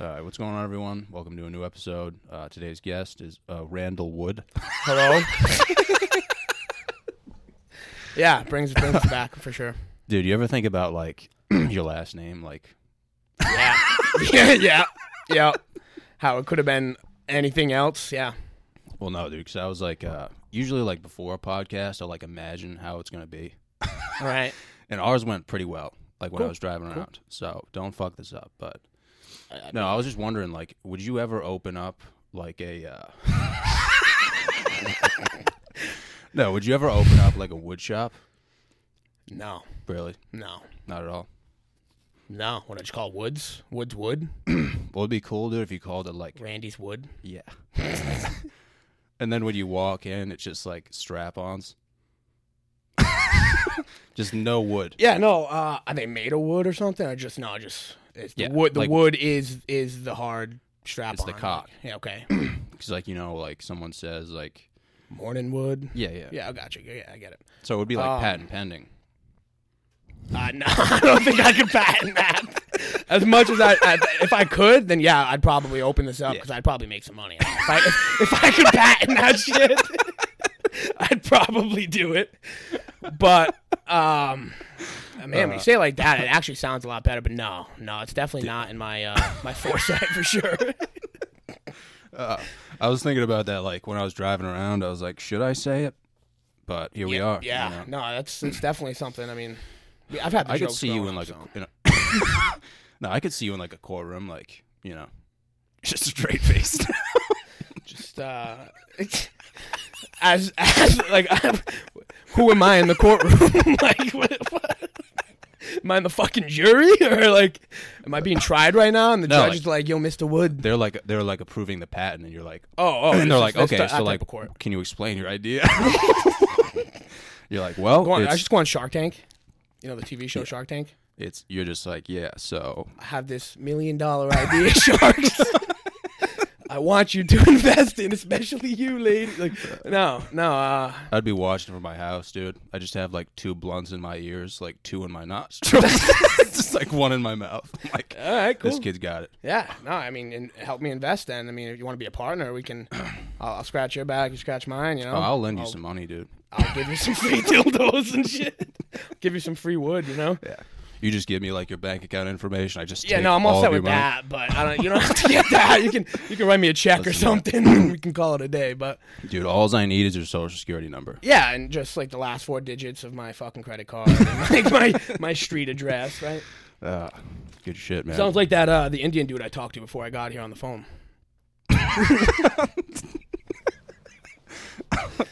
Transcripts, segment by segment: All right, what's going on, everyone? Welcome to a new episode. Uh, today's guest is uh, Randall Wood. Hello. yeah, brings brings us back for sure. Dude, you ever think about like your last name? Like, Yeah. yeah. Yeah. Yeah. How it could have been anything else. Yeah. well, no, dude, because I was like, uh, usually like before a podcast, I like imagine how it's gonna be, All right. and ours went pretty well. Like when I Cool. was driving around, so don't fuck this up. But no, I was just wondering, like, would you ever open up like a? Uh... no, would you ever open up like a wood shop? No. Really, No. not at all. No. What did you call Woods? Woods Wood? What would be cool, dude, if you called it like Randy's Wood. Yeah. and then when you walk in, it's just like strap ons. just no wood. Yeah, no, uh are they made of wood or something? Or just no, just it's Yeah, the wood the like- wood is is the hard strap It's the on. cock. Yeah, okay. Because, like, you know, like someone says, like, Morning wood. yeah, yeah. Yeah, I got you. Yeah, I get it. So it would be like Um, patent pending. Uh, no, I don't think I could patent that. As much as I, I, if I could, then yeah, I'd probably open this up Yeah. because I'd probably make some money. If I, if, if I could patent that shit, I'd probably do it. But um, man, when you say it like that, it actually sounds a lot better. But no, no, it's definitely not in my uh, my foresight for sure. I was thinking about that, like, when I was driving around, I was like, should I say it? But here we are. you Yeah, know? Oh, no, that's it's definitely something. I mean, we- I've had. The I could jokes see you growing in, like, up, so. a. In a no, I could see you in, like, a courtroom, like, you know, just straight faced. just uh, as as like I'm, who am I in the courtroom? like, what, what? am I in the fucking jury or like, am I being tried right now? And the No, judge like- is like, "Yo, Mister Wood." they're like, they're like approving the patent, and you're like, Oh, oh, and they're this like, is- this is okay, that type so like, of court. can you explain your idea? you're like, well, Go on, I it's, just go on Shark Tank. You know the TV show Shark Tank. it's- you're just like, yeah. So I have this million dollar idea, sharks. I want you to invest in, especially you, lady. Like, no, no. Uh, I'd be watching from my house, dude. I just have like two blunts in my ears, like two in my nostrils, just like one in my mouth. I'm like, all right, cool. this kid's got it. Yeah, no, I mean, and help me invest. Then, I mean, if you want to be a partner, we can. I'll, I'll scratch your back, you scratch mine. You know, Oh, I'll lend you some money, dude. I'll give you some free dildos and shit. give you some free wood. You know. Yeah. You just give me like your bank account information. I just Yeah, take no, I'm all of set your with money. that, but I don't. You don't have to get that. You can you can write me a check or something. and we can call it a day. But dude. All I need is your social security number. yeah, and just like the last four digits of my fucking credit card, and, like my my street address, right? Ah, good shit, man. Sounds like that uh the Indian dude I talked to before I got here on the phone.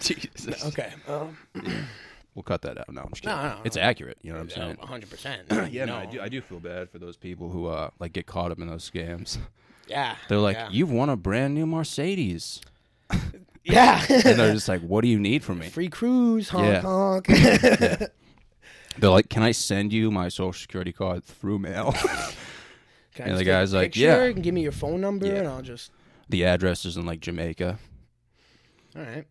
Jesus. Okay, um, We'll cut that out. No, I'm just kidding. No, no, no. It's accurate. You know what I'm saying? 100. percent Yeah, no, I do. I do feel bad for those people who uh like get caught up in those scams. Yeah, They're like, yeah. "You've won a brand new Mercedes," yeah. and they're just like, "What do you need from me?" Free cruise, honk Yeah. honk. They're like, "Can I send you my social security card through mail? Can I And just the take a guy's like, picture? yeah. You can give me your phone number, Yeah. and I'll just. the address is in like Jamaica." All right.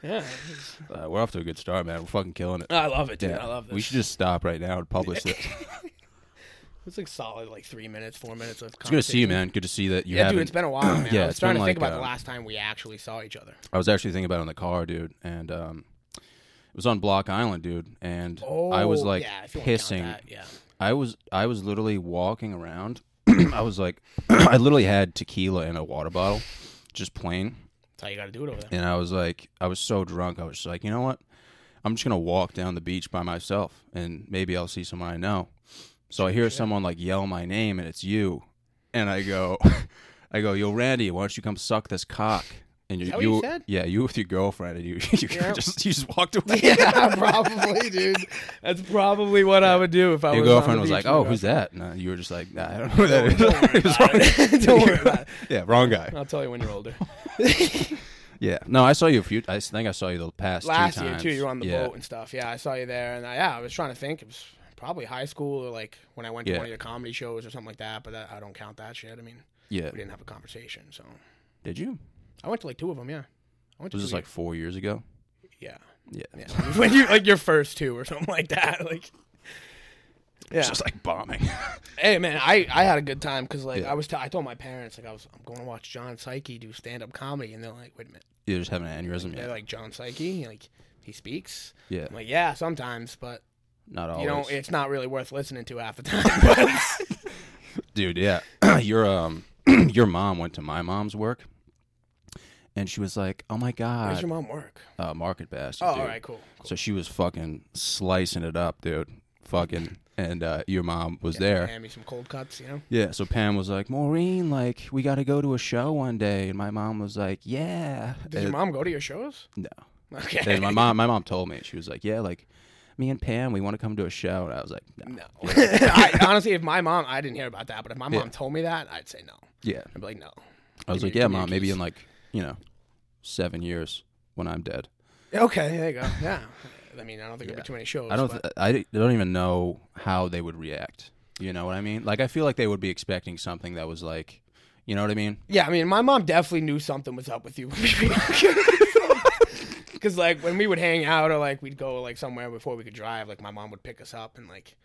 yeah, it's- Uh, we're off to a good start, man. We're fucking killing it. I love it, dude. I love this. We should just stop right now and publish this. It's like solid, like three minutes, four minutes of. It's good to see you, man. Good to see that you. Yeah, dude, haven't- it's been a while, man. Yeah, I was it's trying been to think like, about the uh, last time we actually saw each other. I was actually thinking about it in the car, dude, and um, it was on Block Island, dude, and I was like Oh, yeah, if you wanna count pissing that, yeah. I was I was literally walking around. I was like, I literally had tequila in a water bottle, just plain. That's how you got to do it over there. And I was like, I was so drunk. I was just like, you know what? I'm just gonna walk down the beach by myself, and maybe I'll see someone I know. So I hear someone like yell my name, and it's you. And I go, I go, yo, Randy, why don't you come suck this cock? And you, that what you said? yeah, you with your girlfriend, and you, you Yeah. just you just walked away. yeah, probably, dude. That's probably what I would do if I Your was on the girlfriend was beach like, with "Oh, my who's that?" And uh, you were just like, nah, "I don't know who that is." girlfriend. It was wrong. Don't worry about it. Yeah, wrong guy. I'll tell you when you're older. Yeah. No, I saw you a few. I think I saw you the past Last two year times. too, you were on the yeah. boat and stuff. Yeah, I saw you there, and I, yeah, I was trying to think. It was probably high school or like when I went to Yeah. one of your comedy shows or something like that. But that, I don't count that shit. I mean, Yeah. we didn't have a conversation, so Did you? I went to like two of them. Yeah, I went to Was two this of like four years ago? your- yeah, Yeah. yeah. when you like your first two or something like that, like Yeah. It's just like bombing. Hey man, I, I had a good time because like Yeah. I was t- I told my parents like I was I'm going to watch John Psyche do stand up comedy and they're like wait a minute You're just having an aneurysm. they're Yeah. like John Psyche like he speaks Yeah. I'm like yeah sometimes but Not you know always. it's not really worth listening to half the time dude yeah your um your mom went to my mom's work and she was like oh my How's god your mom work uh, market basket oh dude. all right cool, cool. so she was fucking slicing it up dude fucking and uh, your mom was there hand me some cold cuts you know yeah so pam was like maureen like we gotta go to a show one day and my mom was like yeah did your And- mom go to your shows no okay and my mom my mom told me she was like yeah like me and pam we want to come to a show and i was like no. no I, honestly if my mom I didn't hear about that but if my mom Yeah. told me that I'd say no yeah I'd be like no i was like Give me- yeah give me your mom maybe keys." in like you know seven years when i'm dead okay there you go yeah I mean I don't think there'd be too many shows I don't. but- Th- I di- don't even know how they would react. You know what I mean? Like, I feel like they would be expecting something that was like, you know what I mean? Yeah, I mean, my mom definitely knew something was up with you. Because, like, when we would hang out or, like, we'd go, like, somewhere before we could drive, like, my mom would pick us up and, like,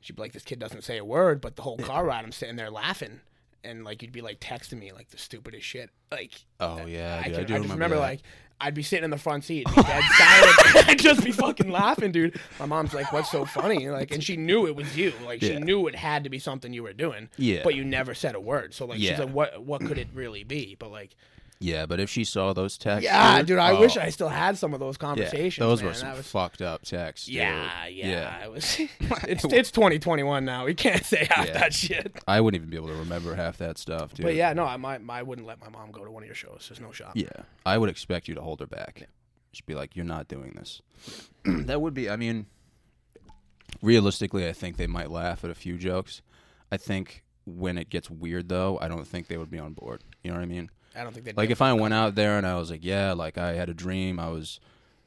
she'd be like, this kid doesn't say a word, but the whole car ride, I'm sitting there laughing. And, like, you'd be, like, texting me, like, the stupidest shit. Like, Oh yeah, I, dude, can, I, do just remember, that. like, I'd be sitting in the front seat, and be dead silent. I'd just be fucking laughing, dude. My mom's like, "What's so funny?" Like, and she knew it was you. Like, she Yeah. knew it had to be something you were doing. Yeah. But you never said a word. So like, she's Yeah. like, "What? What could it really be?" But like, yeah. But if she saw those texts, yeah, dude, I wish oh, I still had some of those yeah, conversations. those man. were some That was- fucked up texts. dude. yeah, yeah, yeah. It was. It's it's 2021 now. We can't say half Yeah. that shit. I wouldn't even be able to remember half that stuff, dude. But yeah, no, I my, my, I wouldn't let my mom go to one of your shows. There's no shot. yeah. I would expect you to hold her back. Just be like, you're not doing this. that would be. I mean, realistically, I think they might laugh at a few jokes. I think when it gets weird, though, I don't think they would be on board. You know what I mean? I don't think they Like if I went out there and I was like, yeah, like I had a dream, I was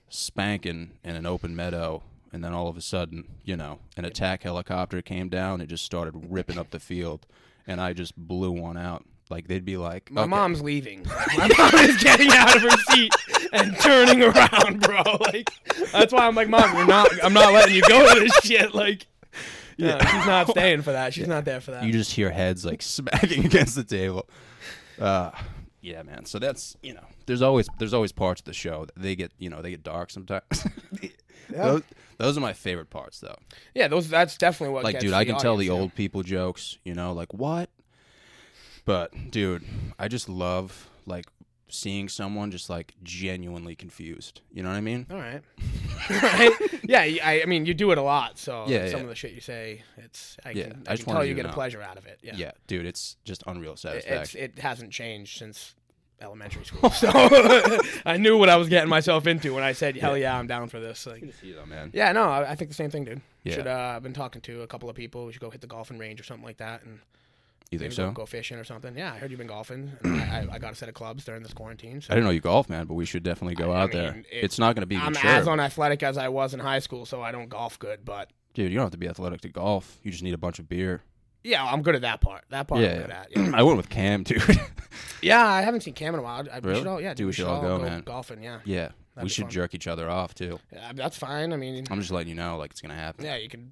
spanking in an open meadow, and then all of a sudden, you know, an attack helicopter came down and just started ripping up the field, and I just blew one out. Like they'd be like, My okay. mom's leaving. My mom is getting out of her seat and turning around, bro. Like that's why I'm like, mom, you're not. I'm not letting you go to this shit. Like, yeah, she's not staying for that. She's not there for that. you just hear heads like smacking against the table. Uh, yeah, man. So that's you know, there's always there's always parts of the show that they get you know they get dark sometimes. those, those are my favorite parts though. yeah, those. That's definitely what. like gets dude the i can tell the audience, old people jokes you know like what but dude i just love like seeing someone just like genuinely confused you know what i mean All right. All right. Yeah, you- I, I mean, you do it a lot, so Yeah, some yeah. of the shit you say, it's I Yeah, can, I I just can tell wanted you you to get a know. pleasure out of it. Yeah, yeah. dude it's just unreal It- it's satisfaction it hasn't changed since elementary school, so I knew what I was getting myself into when I said, "Hell yeah, I'm down for this." Like, you know, man yeah, no, I, I think the same thing, dude. Yeah. Should uh, I've been talking to a couple of people. We should go hit the golfing range or something like that, and you maybe think go, so go fishing or something. Yeah, I heard you've been golfing. And I, I, I got a set of clubs during this quarantine. So i didn't know you golf man but we should definitely go I out there mean, it- it's not going to be I'm mature as unathletic as I was in high school, so I don't golf good, but dude you don't have to be athletic to golf you just need a bunch of beer Yeah, I'm good at that part. That part I'm yeah, good at. yeah. Yeah. i went with cam dude yeah, I haven't seen Cam in a while. I, we Really? should all, yeah, Dude, we should all go, man. golfing. Yeah. yeah we be should fun. jerk each other off too yeah, that's fine. I mean, i'm just letting you know like it's going to happen yeah, you can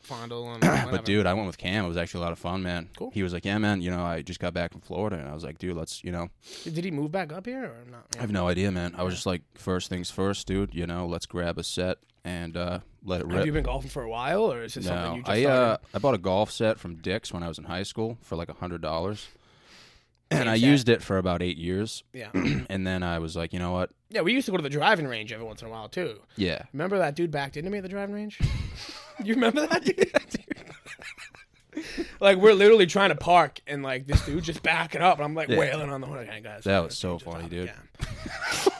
fondle and whatever. But dude, I went with Cam. It was actually a lot of fun, man. Cool. He was like, "Yeah, man. You know, I just got back from Florida," and I was like, "Dude, let's, you know, did he move back up here or not? I have no idea, man. I was just like, first things first, dude. You know, let's grab a set and uh, let it Have you rip." been golfing for a while, or is this something No, you just I uh, started? I bought a golf set from Dick's when I was in high school for like a hundred dollars, and Same I set. used it for about eight years, Yeah, and then I was like, you know what? yeah. We used to go to the driving range every once in a while too. Yeah, Remember that dude backed into me at the driving range? you remember that dude? like we're literally trying to park and like this dude just backing up and I'm like wailing on the horn. Hey, guys, That was so dude, just funny, up, dude. yeah.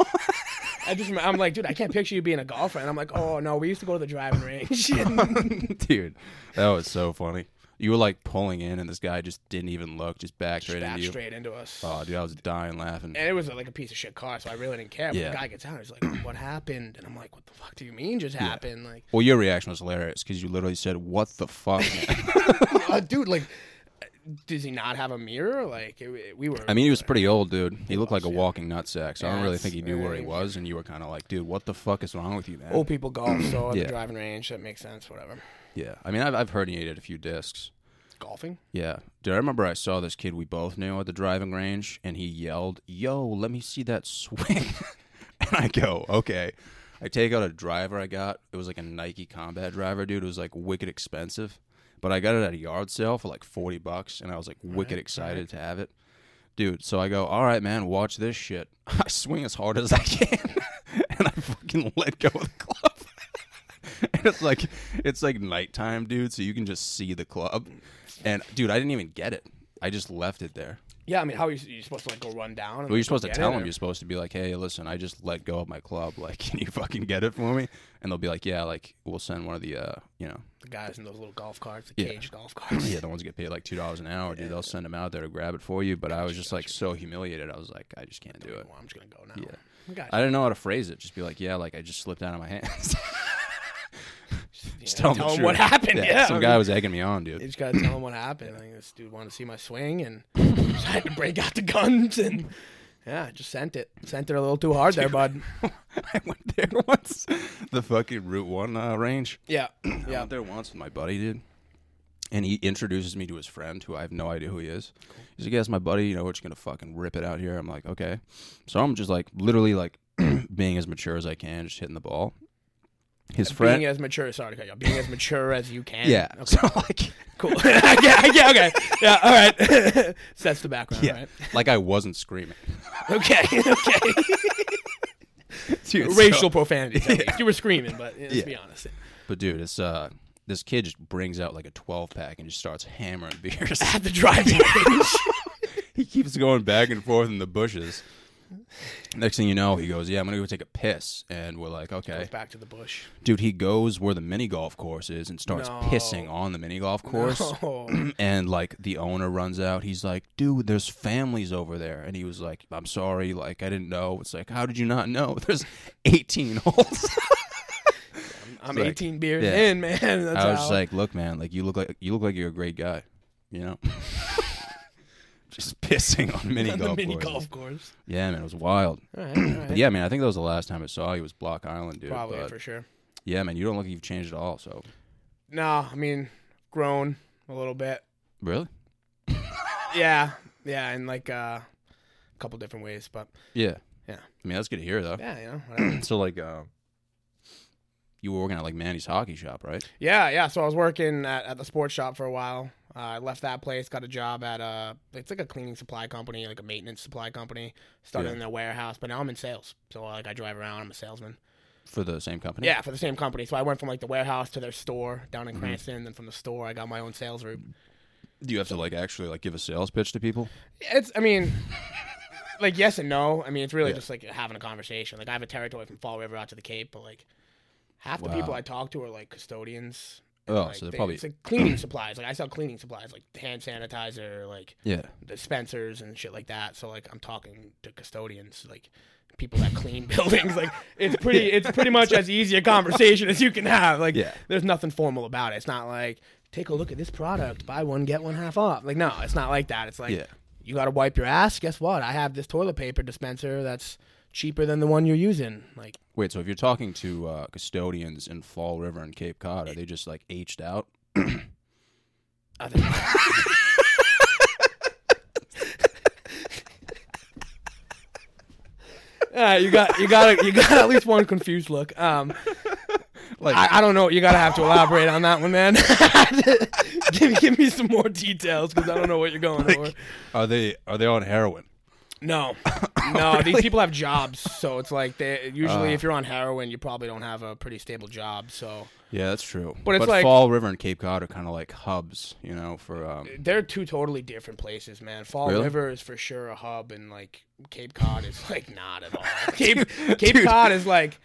I just remember, I'm like, dude, I can't picture you being a golfer. And I'm like, oh no, we used to go to the driving range. dude, that was so funny. You were like pulling in, and this guy just didn't even look, just backed right Back into you. straight into us. Oh, dude, I was dying laughing. and it was like a piece of shit car, so I really didn't care. But Yeah. the guy gets out, he's like, "What happened?" And I'm like, "What the fuck do you mean just happened?" Like, Well, your reaction was hilarious because you literally said, "What the fuck?" man?" uh, dude, like, does he not have a mirror? Like, it, it- we were. I mean, he was pretty old, dude. He looked like a walking nutsack, so I don't Yeah, really that's think he knew where he right. was. And you were kind of like, "Dude, what the fuck is wrong with you, man?" old people golf, so at Yeah. the driving range, that makes sense. Whatever. Yeah. I mean, I've, I've heard he ate a few discs. Golfing? Yeah. Dude, I remember I saw this kid we both knew at the driving range and he yelled, Yo, let me see that swing. and I go, Okay. I take out a driver I got. It was like a Nike combat driver, dude. It was like wicked expensive. But I got it at a yard sale for like 40 bucks and I was like wicked excited to have it. Dude, so I go, All right, man, watch this shit. I swing as hard as I can and I fucking let go of the club. And it's like it's like nighttime, dude, so you can just see the club. And dude, I didn't even get it. I just left it there. Yeah, I mean, how are you, you're supposed to like go run down? Well, you're supposed to tell them. You're supposed to be like, "Hey, listen, I just let go of my club. Like, can you fucking get it for me?" And they'll be like, "Yeah, like we'll send one of the, uh, you know, the guys in those little golf carts, the Yeah. caged golf carts. yeah, the ones that get paid like two dollars an hour, dude. They'll send them out there to grab it for you." But I was just like so humiliated. I was like, "I just can't do it." Well, I'm just gonna go now. Yeah. I didn't know how to phrase it. Just be like, "Yeah, like I just slipped out of my hands." just tell, tell them the 'em truth. what happened, yeah. some guy was egging me on, dude. You just gotta tell him what happened. I think this dude wanted to see my swing and so I had to break out the guns and yeah, I just sent it. Sent it a little too hard there, bud. I went there once, the fucking Route One uh, range. Yeah, I yeah. went there once with my buddy, dude. And he introduces me to his friend, who I have no idea who he is. He's like, "Yeah, it's my buddy. You know, we're just gonna fucking rip it out here." I'm like, "Okay." So I'm just like, literally, like, being as mature as I can, just hitting the ball. His friend, Being as mature, sorry to cut you off. Being as mature as you can. yeah. Okay, So like, cool. yeah, yeah, okay. Yeah, all right. Sets the background, yeah, right? like I wasn't screaming. Okay, okay. Dude, so- Racial profanity. You were screaming, but yeah, let's Yeah. be honest. but dude, it's uh, this kid just brings out like a 12 pack and just starts hammering beers. At the driving range. he keeps going back and forth in the bushes. Next thing you know, he goes, "Yeah, I'm gonna go take a piss," and we're like, "Okay." Back to the bush. Dude, he goes where the mini golf course is and starts No. pissing on the mini golf course. No. and like the owner runs out. He's like, dude, there's families over there. And he was like, I'm sorry. Like, I didn't know. It's like, how did you not know? There's 18 holes. I'm like- 18 beers yeah. in, man. That's I was how. just like, look, man, like you look like you look like you're a great guy, you know? just pissing on mini On the golf mini courses. golf course. Yeah, man, it was wild. All right, all right. But yeah, man, I think that was the last time I saw you was Block Island, dude. Probably but for sure. yeah, man, you don't look like you've changed at all. So No, I mean, grown a little bit. really, Yeah, yeah, in like uh, a couple different ways, but yeah, Yeah. I mean, that's good to hear, though. yeah, you know, whatever. so like uh, you were working at like Manny's hockey shop, right? yeah, yeah. So I was working at, at the sports shop for a while. Uh, I left that place, got a job at a it's like a cleaning supply company, like a maintenance supply company. Started Yeah. in their warehouse, but now I'm in sales. So uh, like I drive around, I'm a salesman. For the same company? Yeah, for the same company. So I went from like the warehouse to their store down in Cranston, and then from the store I got my own sales route. Do you have to like actually like give a sales pitch to people? It's, I mean, like yes and no. I mean, it's really Yeah. just like having a conversation. Like I have a territory from Fall River out to the Cape, but like half the people Wow. I talk to are like custodians. Oh, like, so they're probably it's like cleaning supplies. Like I sell cleaning supplies, like hand sanitizer, like yeah. dispensers and shit like that. So like I'm talking to custodians, like people that clean buildings. Like it's pretty, it's pretty much as easy a conversation as you can have. Like Yeah. there's nothing formal about it. It's not like take a look at this product, buy one get one half off. Like no, it's not like that. It's like Yeah. you got to wipe your ass. Guess what? I have this toilet paper dispenser that's cheaper than the one you're using. Like Wait, so if you're talking to uh, custodians in Fall River and Cape Cod, are they just like aged out? I think- Uh, you got you got you got at least one confused look. Um, Like I, I don't know. You gotta have to elaborate on that one, man. give, give me some more details because I don't know what you're going for. are they are they on heroin? No, no. These people have jobs, so it's like they usually if you're on heroin, you probably don't have a pretty stable job. So Yeah, that's true. But it's like- Fall River and Cape Cod are kind of like hubs, you know, for um they're two totally different places, man. Fall Really? River is for sure a hub, and like Cape Cod is like not at all. Cape Cape Cod is like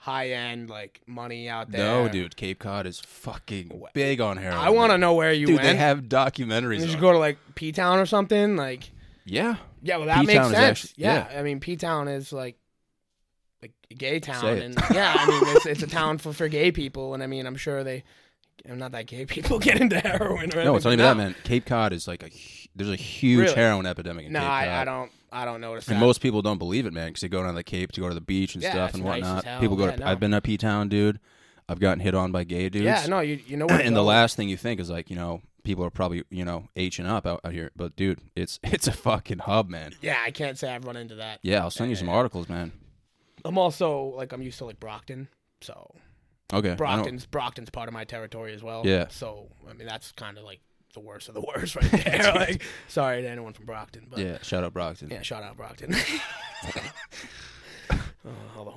high end, like money out there. No, dude, Cape Cod is fucking big on heroin. I want to man. know where you Dude, they went. have documentaries. Did you on- go to like P Town or something? Like, yeah. yeah, well that P-Town makes is sense. actually- yeah. I mean P Town is like like a gay town, Say it. and yeah, I mean it's it's a town for for gay people, and I mean I'm sure they. I'm not that gay people get into heroin. Or No, it's not even that, anything. man. Cape Cod is like a hu- there's a huge Really? heroin epidemic in No, Cape Cod. I, I don't. I don't notice that. And most people don't believe it, man, because they go down to the Cape to go to the beach and Yeah, stuff it's and nice as whatnot. hell. people go to. Yeah, no. I've been up P Town, dude. I've gotten hit on by gay dudes. Yeah, no, you you know what? and the last thing you think is like, you know, people are probably, you know, H and up out, out here. But dude, it's it's a fucking hub, man. Yeah, I can't say I've run into that. Yeah, I'll send you some articles, man. I'm also like I'm used to like Brockton, so Okay. I don't- Brockton's Brockton's part of my territory as well. Yeah. So I mean that's kind of like the worst of the worst right there. like, sorry to anyone from Brockton, but yeah, Yeah, shout out Brockton. shout out Brockton. Oh, all the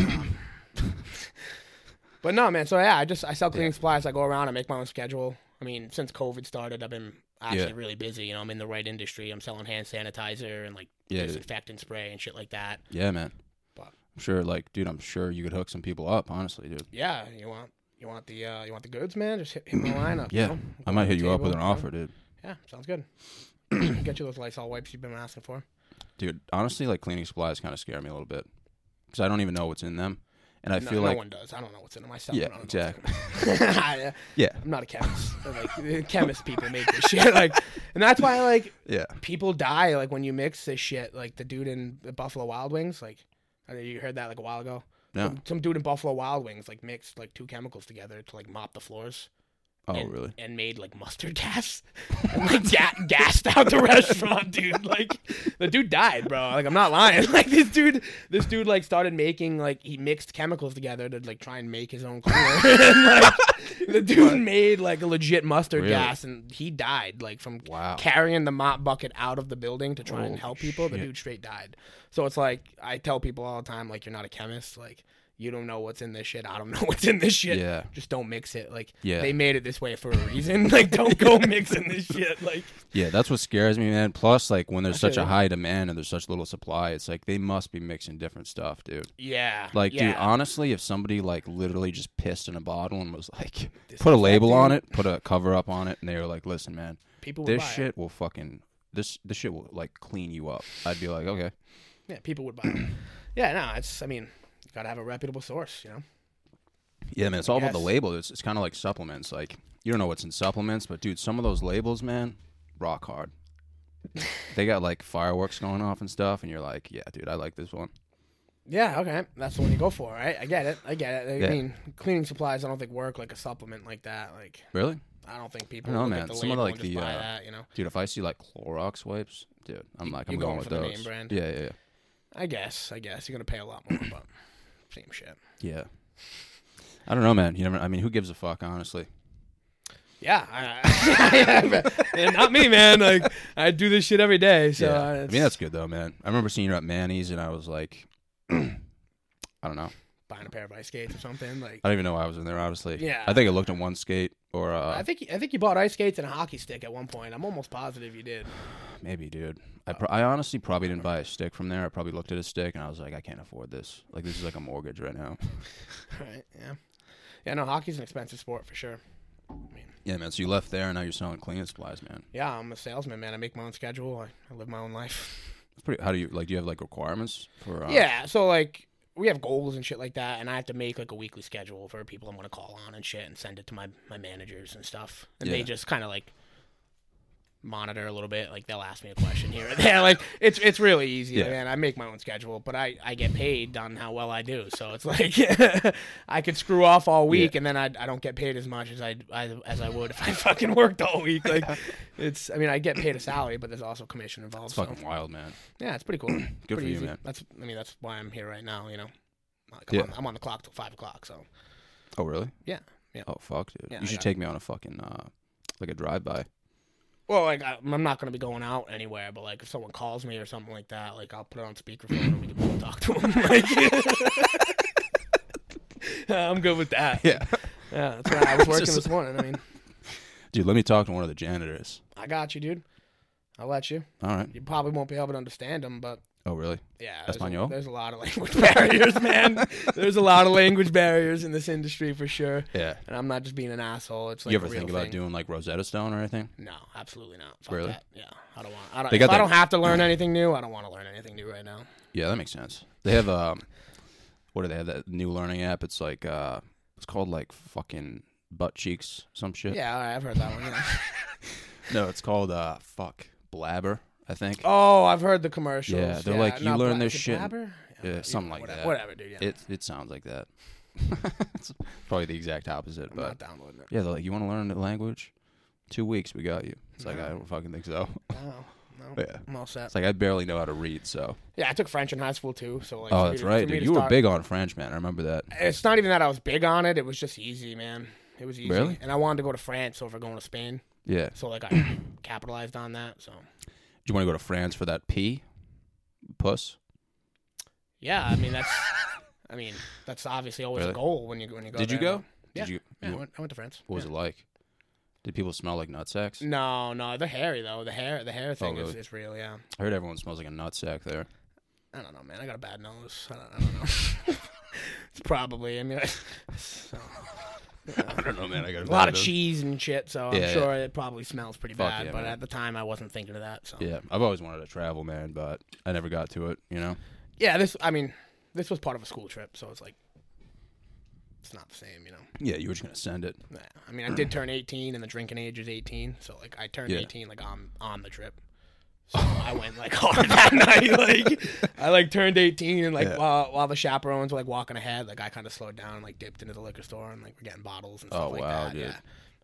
homies. but no, man. So yeah, I just I sell cleaning supplies. I go around. I make my own schedule. I mean, since COVID started, I've been actually Yeah. really busy. You know, I'm in the right industry. I'm selling hand sanitizer and like Yeah, dude. disinfectant spray and shit like that. Yeah, man. But- I'm sure, like, dude, I'm sure you could hook some people up, honestly, dude. Yeah, you want you want the uh, you want the goods, man? Just hit, hit my line up. you Yeah, know? I might hit you up Table, with an you know? offer, dude. Yeah, sounds good. Get you those Lysol wipes you've been asking for. Dude, honestly, like cleaning supplies kind of scare me a little bit because I don't even know what's in them, and I no, feel no like one does. I don't know what's in them myself. yeah, exactly, I, uh, yeah, I'm not a chemist. like the chemist people make this shit. Like, and that's why like yeah, people die like when you mix this shit. Like the dude in the Buffalo Wild Wings. Like, I know you heard that like a while ago. no, Some, some dude in Buffalo Wild Wings like mixed like two chemicals together to like mop the floors. oh and, really? And made like mustard gas, and like ga- gassed out the restaurant, dude. Like the dude died, bro. Like I'm not lying. Like this dude, this dude like started making like he mixed chemicals together to like try and make his own cooler. and, like, the dude made like a legit mustard Really? gas, and he died like from Wow. carrying the mop bucket out of the building to try Holy and help people. The shit. dude straight died. So it's like I tell people all the time, like you're not a chemist, like. You don't know what's in this shit. I don't know what's in this shit. Yeah. Just don't mix it. Like Yeah. they made it this way for a reason. Like, don't go mixing this shit. Like, Yeah, that's what scares me, man. Plus, like when there's I feel such a you. high demand and there's such little supply, it's like they must be mixing different stuff, dude. yeah, Like, yeah. dude, honestly, if somebody like literally just pissed in a bottle and was like, put a label on it, put a cover up on it, and they were like, listen, man, people would this buy shit will fucking this this shit will like clean you up. I'd be like, okay, It. Yeah, people would buy it. Yeah, no, it's. I mean, you gotta have a reputable source, you know. yeah, man. It's all about the guess. label. It's it's kind of like supplements. Like you don't know what's in supplements, but dude, some of those labels, man, rock hard. they got like fireworks going off and stuff, and you're like, yeah, dude, I like this one. Yeah, okay, that's the one you go for, right? I get it, I get it. I Yeah. mean, cleaning supplies, I don't think work like a supplement like that. Like, Really, I don't think people I know, look man. at the Some of, label like, and just the, buy uh, that, you know. dude, if I see like Clorox wipes, dude, I'm like, I'm you're going, going with for the those. name brand. Yeah, yeah, yeah. I guess, I guess you're gonna pay a lot more, but same shit. yeah. I don't know, man. You never. I mean, who gives a fuck, honestly? Yeah, I, and not me, man. Like, I do this shit every day, so yeah. uh, I it's- mean, that's good though, man. I remember seeing you at Manny's, and I was like, I don't know. buying a pair of ice skates or something. Like, I don't even know why I was in there, honestly. Yeah. I think I looked at one skate, or uh, I think I think you bought ice skates and a hockey stick at one point. I'm almost positive you did. maybe, dude. Uh, I, pro- I honestly probably didn't buy a stick from there. I probably looked at a stick and I was like, I can't afford this. Like, this is like a mortgage right now. Right? Yeah. Yeah. No, hockey's an expensive sport for sure. yeah, man. So you left there and now you're selling cleaning supplies, man. Yeah, I'm a salesman, man. I make my own schedule. I, I live my own life. It's pretty. How do you like? Do you have like requirements for? Uh, Yeah. So like we have goals and shit like that, and I have to make like a weekly schedule for people I'm gonna call on and shit, and send it to my my managers and stuff, and Yeah. they just kind of like monitor a little bit like they'll ask me a question here and there like it's it's really easy Yeah. man i make my own schedule but i i get paid on how well i do so it's like i could screw off all week and then I, I don't get paid as much as I, I as i would if i fucking worked all week like it's i mean i get paid a salary but there's also commission involved It's so. fucking wild, man. Yeah, it's pretty cool. Good for pretty you, easy. man. That's I mean that's why I'm here right now. You know, Like, Yeah. I'm, on, I'm on the clock till five o'clock. So Oh, really? yeah, yeah. Oh, fuck, dude. Yeah, you I should got take me on a fucking uh, like a drive by. Well, like I, I'm not gonna be going out anywhere, but like if someone calls me or something like that, like I'll put it on speakerphone and we can both talk to them. Like, I'm good with that. Yeah, Yeah, that's why I was working Just- this morning. I mean, dude. Let me talk to one of the janitors. I got you, dude. I'll let you. All right. You probably won't be able to understand them, but Oh, really? Yeah, there's Espanol? A, there's a lot of language barriers, man. there's a lot of language barriers in this industry for sure. Yeah. And I'm not just being an asshole. It's like you ever a real think about thing. doing like Rosetta Stone or anything? No, absolutely not. Fuck Really? that. Yeah, I don't want. I don't. They if got I that- don't have to learn anything new. I don't want to learn anything new right now. Yeah, that makes sense. They have um, what do they have? That new learning app. It's like uh, it's called like fucking butt cheeks, some shit. Yeah, all right, I've heard that one. Yeah. No, it's called uh, fuck blabber. I think. oh, I've heard the commercials. Yeah, they're like, you not learn Bla- this is it shit- Blabber? yeah, something like whatever, that. Whatever, dude. Yeah. It it sounds like that. it's probably the exact opposite. I'm But not downloading it. yeah, they're like, you want to learn a language? Two weeks, we got you. It's like I No. don't fucking think so. No, no, yeah, I'm all set. it's like I barely know how to read. So Yeah, I took French in high school too. So like, oh, for that's me to- for right, me dude. to You were start- big on French, man. I remember that. It's not even that I was big on it. It was just easy, man. It was easy. Really? And I wanted to go to France over going to Spain. Yeah. So like, I capitalized on that. So Do you want to go to France for that pee? Puss. yeah, I mean that's, I mean that's obviously always Really? a goal when you when you go. Did you there, go? but- Yeah. Did you? Yeah, you- I, went, I went to France. what was Yeah. Mm. it like? Did people smell like nut sacks? No, no, the hairy though. The hair, the hair thing is, Oh, really? is real. Yeah. I heard everyone smells like a nut sack there. I don't know, man. I got a bad nose. I don't, I don't know. it's probably. I mean, so, I don't know, man. I got a lot of cheese and shit. So Yeah, I'm yeah. sure it probably smells pretty Fuck bad. yeah, but man. at the time, I wasn't thinking of that. So Yeah, I've always wanted to travel, man, but I never got to it. You know. Yeah, This, I mean, this was part of a school trip, so it's like, it's not the same, you know. Yeah, you were just gonna send it. Nah. I mean, I did turn 18, and the drinking age is 18. So like, I turned Yeah. 18 like on on the trip. So I went like hard that night. Like I like turned 18, and like Yeah. while, while the chaperones were like walking ahead, like I kind of slowed down, and, like dipped into the liquor store, and like we're getting bottles and stuff Oh, like wow, that. dude. Yeah,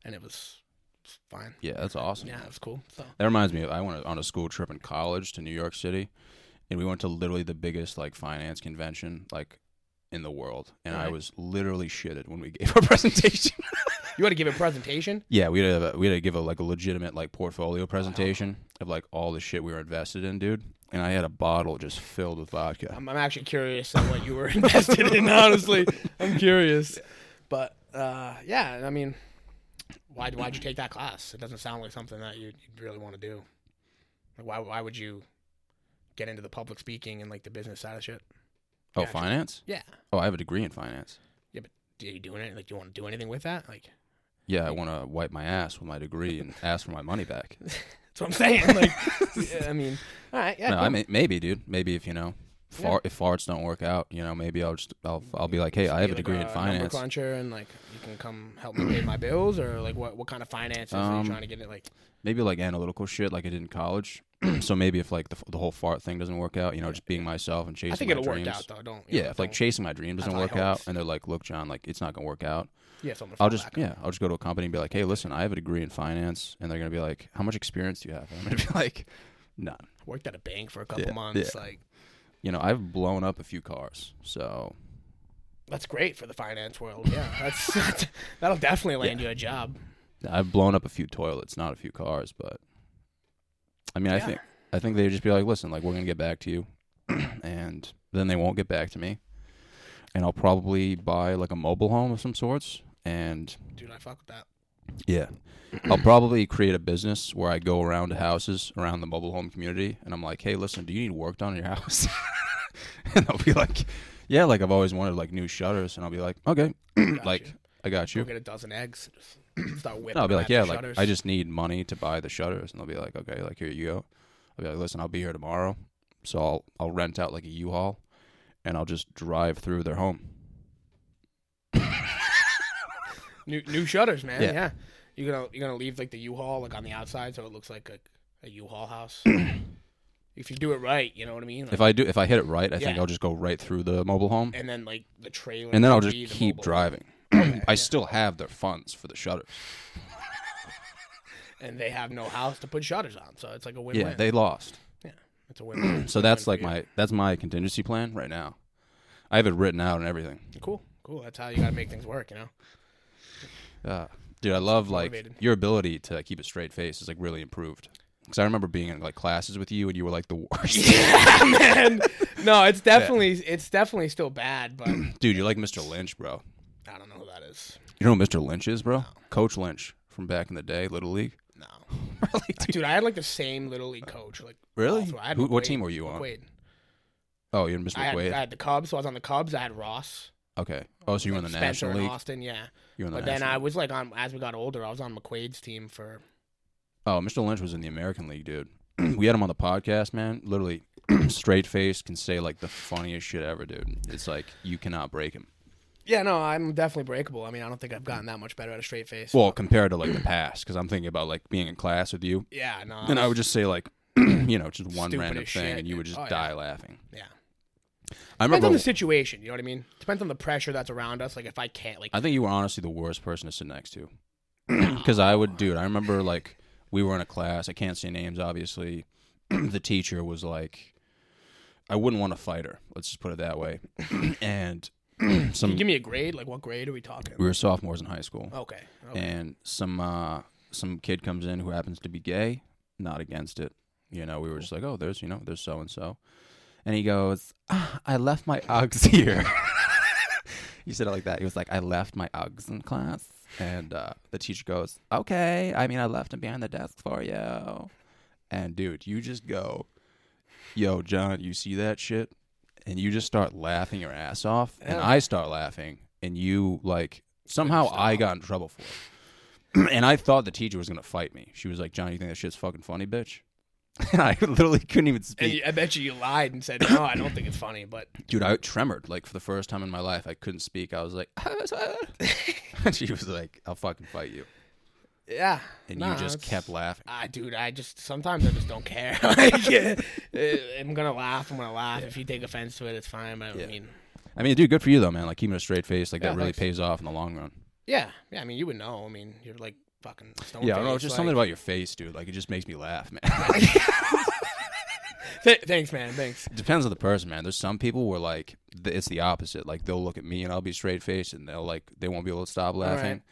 and it was it's fine. Yeah, that's awesome. Yeah, it was cool. So That reminds me, of, I went on a school trip in college to New York City, and we went to literally the biggest like finance convention like in the world, and I Right. was literally shitted when we gave our presentation. you want to give a presentation? yeah, we had a, we had to give a like a legitimate like portfolio presentation of like all the shit we were invested in, dude. And I had a bottle just filled with vodka. I'm, I'm actually curious on what you were invested in. Honestly, I'm curious. But uh, yeah, I mean, why why'd you take that class? It doesn't sound like something that you you'd really want to do. Like, why why would you get into the public speaking and like the business side of shit? Oh, Gotcha. finance? Yeah, Oh, I have a degree in finance. do you doing it? Like, do you want to do anything with that? Like, Yeah, I want to wipe my ass with my degree and ask for my money back. that's what I'm saying. Like, yeah, I mean, all right, yeah, no, I cool. mean, maybe, dude. Maybe if you know, Yeah. far, if farts don't work out, you know, maybe I'll just I'll, I'll be like, hey, So I be have a like degree in uh, number finance. cruncher, and like you can come help me pay my bills, or like what what kind of finances are Um, you trying to get it? Like, Maybe like analytical shit, like I did in college. so maybe if like the, f- the whole fart thing doesn't work out, you know, just being myself and chasing. I think my it'll dreams. work out though. Don't you Yeah, know, if like don't- chasing my dream doesn't That's work what I hope. out, and they're like, "Look, John, like it's not gonna work out," Yeah, so I'm gonna I'll fall just back on yeah, I'll just go to a company and be like, "Hey, listen, I have a degree in finance," and they're gonna be like, "How much experience do you have?" And I'm gonna be like, "None." it. worked at a bank for a couple Yeah, months. Like You know, I've blown up a few cars, so that's great for the finance world. Yeah, that's, that's that'll definitely land you a job. I've blown up a few toilets, not a few cars, but I mean, I Yeah. think I think they'd just be like, "Listen, like we're gonna get back to you," and then they won't get back to me, and I'll probably buy like a mobile home of some sorts, and Dude, I fuck with that. yeah, I'll probably create a business where I go around to houses around the mobile home community, and I'm like, "Hey, listen, do you need work done in your house?" and they'll be like, "Yeah, like I've always wanted like new shutters," and I'll be like, "Okay, like Gotcha. I got you." Go get a dozen eggs. Just start whipping. No, I'll be them like, at the yeah, like shutters. I just need money to buy the shutters, and they'll be like, okay, like here you go. I'll be like, listen, I'll be here tomorrow, so I'll I'll rent out like a U-Haul, and I'll just drive through their home. new new shutters, man. Yeah. Yeah. you're gonna you're gonna leave like the U-Haul like on the outside, so it looks like a, a U-Haul house. if you do it right, you know what I mean. Like, If I do, if I hit it right, I think Mm-hmm. Yeah. I'll just go right through the mobile home, and then like the trailer, and then I'll would just be the keep mobile- driving. Okay, I yeah. still have their funds for the shutters. and they have no house to put shutters on, so it's like a win-win. Yeah, they lost. it's a win-win. So that's like my that's my contingency plan right now. I have it written out and everything. cool, cool. That's how you gotta make things work, you know. Uh, dude, I love like motivated. your ability to keep a straight face is like really improved. Because I remember being in like classes with you, and you were like the worst. yeah, man. No, it's definitely it's definitely still bad, but I Dude, you're like Mr. Lynch, bro. don't know who that is. You know who Mr. Lynch is, bro? Coach Lynch from back in the day, Little League. No, Really, dude? dude, I had like the same little league coach. Like, Really? all through- I had Who- what McQuaid- team were you on? McQuaid. Oh, you're Mr. I had, McQuaid. I had the Cubs. So I was on the Cubs. I had Ross. okay. Oh, so you were in the Spencer National and League. Austin, yeah. You were in the But then I National was like on as we got older, I was on McQuaid's team for. Oh, Mr. Lynch was in the American League, dude. we had him on the podcast, man. Literally, straight face can say like the funniest shit ever, dude. It's like you cannot break him. Yeah, no, I'm definitely breakable. I mean, I don't think I've gotten that much better at a straight face. Well, compared to like the past, because I'm thinking about like being in class with you, yeah, no. and I was- would just say like, you know, just one Stupid random as thing, shit, and you would dude. just Oh, yeah. die laughing. Yeah. I Depends remember. on the situation. You know what I mean? Depends on the pressure that's around us. Like if I can't, like I think you were honestly the worst person to sit next to, because I would, dude. I remember like we were in a class. I can't say names, obviously. the teacher was like, "I wouldn't want to fight her." Let's just put it that way. and some give me a grade. Like what grade are we talking? we were sophomores in high school, Okay. okay. and some uh, some kid comes in who happens to be gay. Not against it, you know. We were just like, "Oh, there's you know, there's so and so," and he goes, ah, "I left my Uggs here." he said it like that. He was like, "I left my Uggs in class," and uh, the teacher goes, "Okay, I mean, I left them behind the desk for you." And dude, you just go, "Yo, John, you see that shit?" And you just start laughing your ass off, and Yeah. I start laughing, and you like somehow I got in trouble for it. and I thought the teacher was gonna fight me. She was like, "John, you think that shit's fucking funny, bitch?" And I literally couldn't even speak. And you, I bet you you lied and said no. I don't think it's funny, but Dude, I tremored like for the first time in my life. I couldn't speak. I was like, and she was like, "I'll fucking fight you," yeah. and you nah, just it's- kept laughing. Ah, dude, I just sometimes I just don't care. like, eh, eh, I'm gonna laugh. I'm gonna laugh. If you take offense to it, it's fine. But I Yeah. mean, I mean, dude, good for you though, man. Like keeping a straight face, like Yeah, that really thanks. pays off in the long run. yeah, yeah. I mean, you would know. I mean, you're like fucking stone. yeah, I don't know. It's faced, just like- something about your face, dude. Like it just makes me laugh, man. Th- thanks, man. Thanks. Depends on the person, man. There's some people where like th- it's the opposite. Like they'll look at me and I'll be straight faced, and they'll like they won't be able to stop laughing.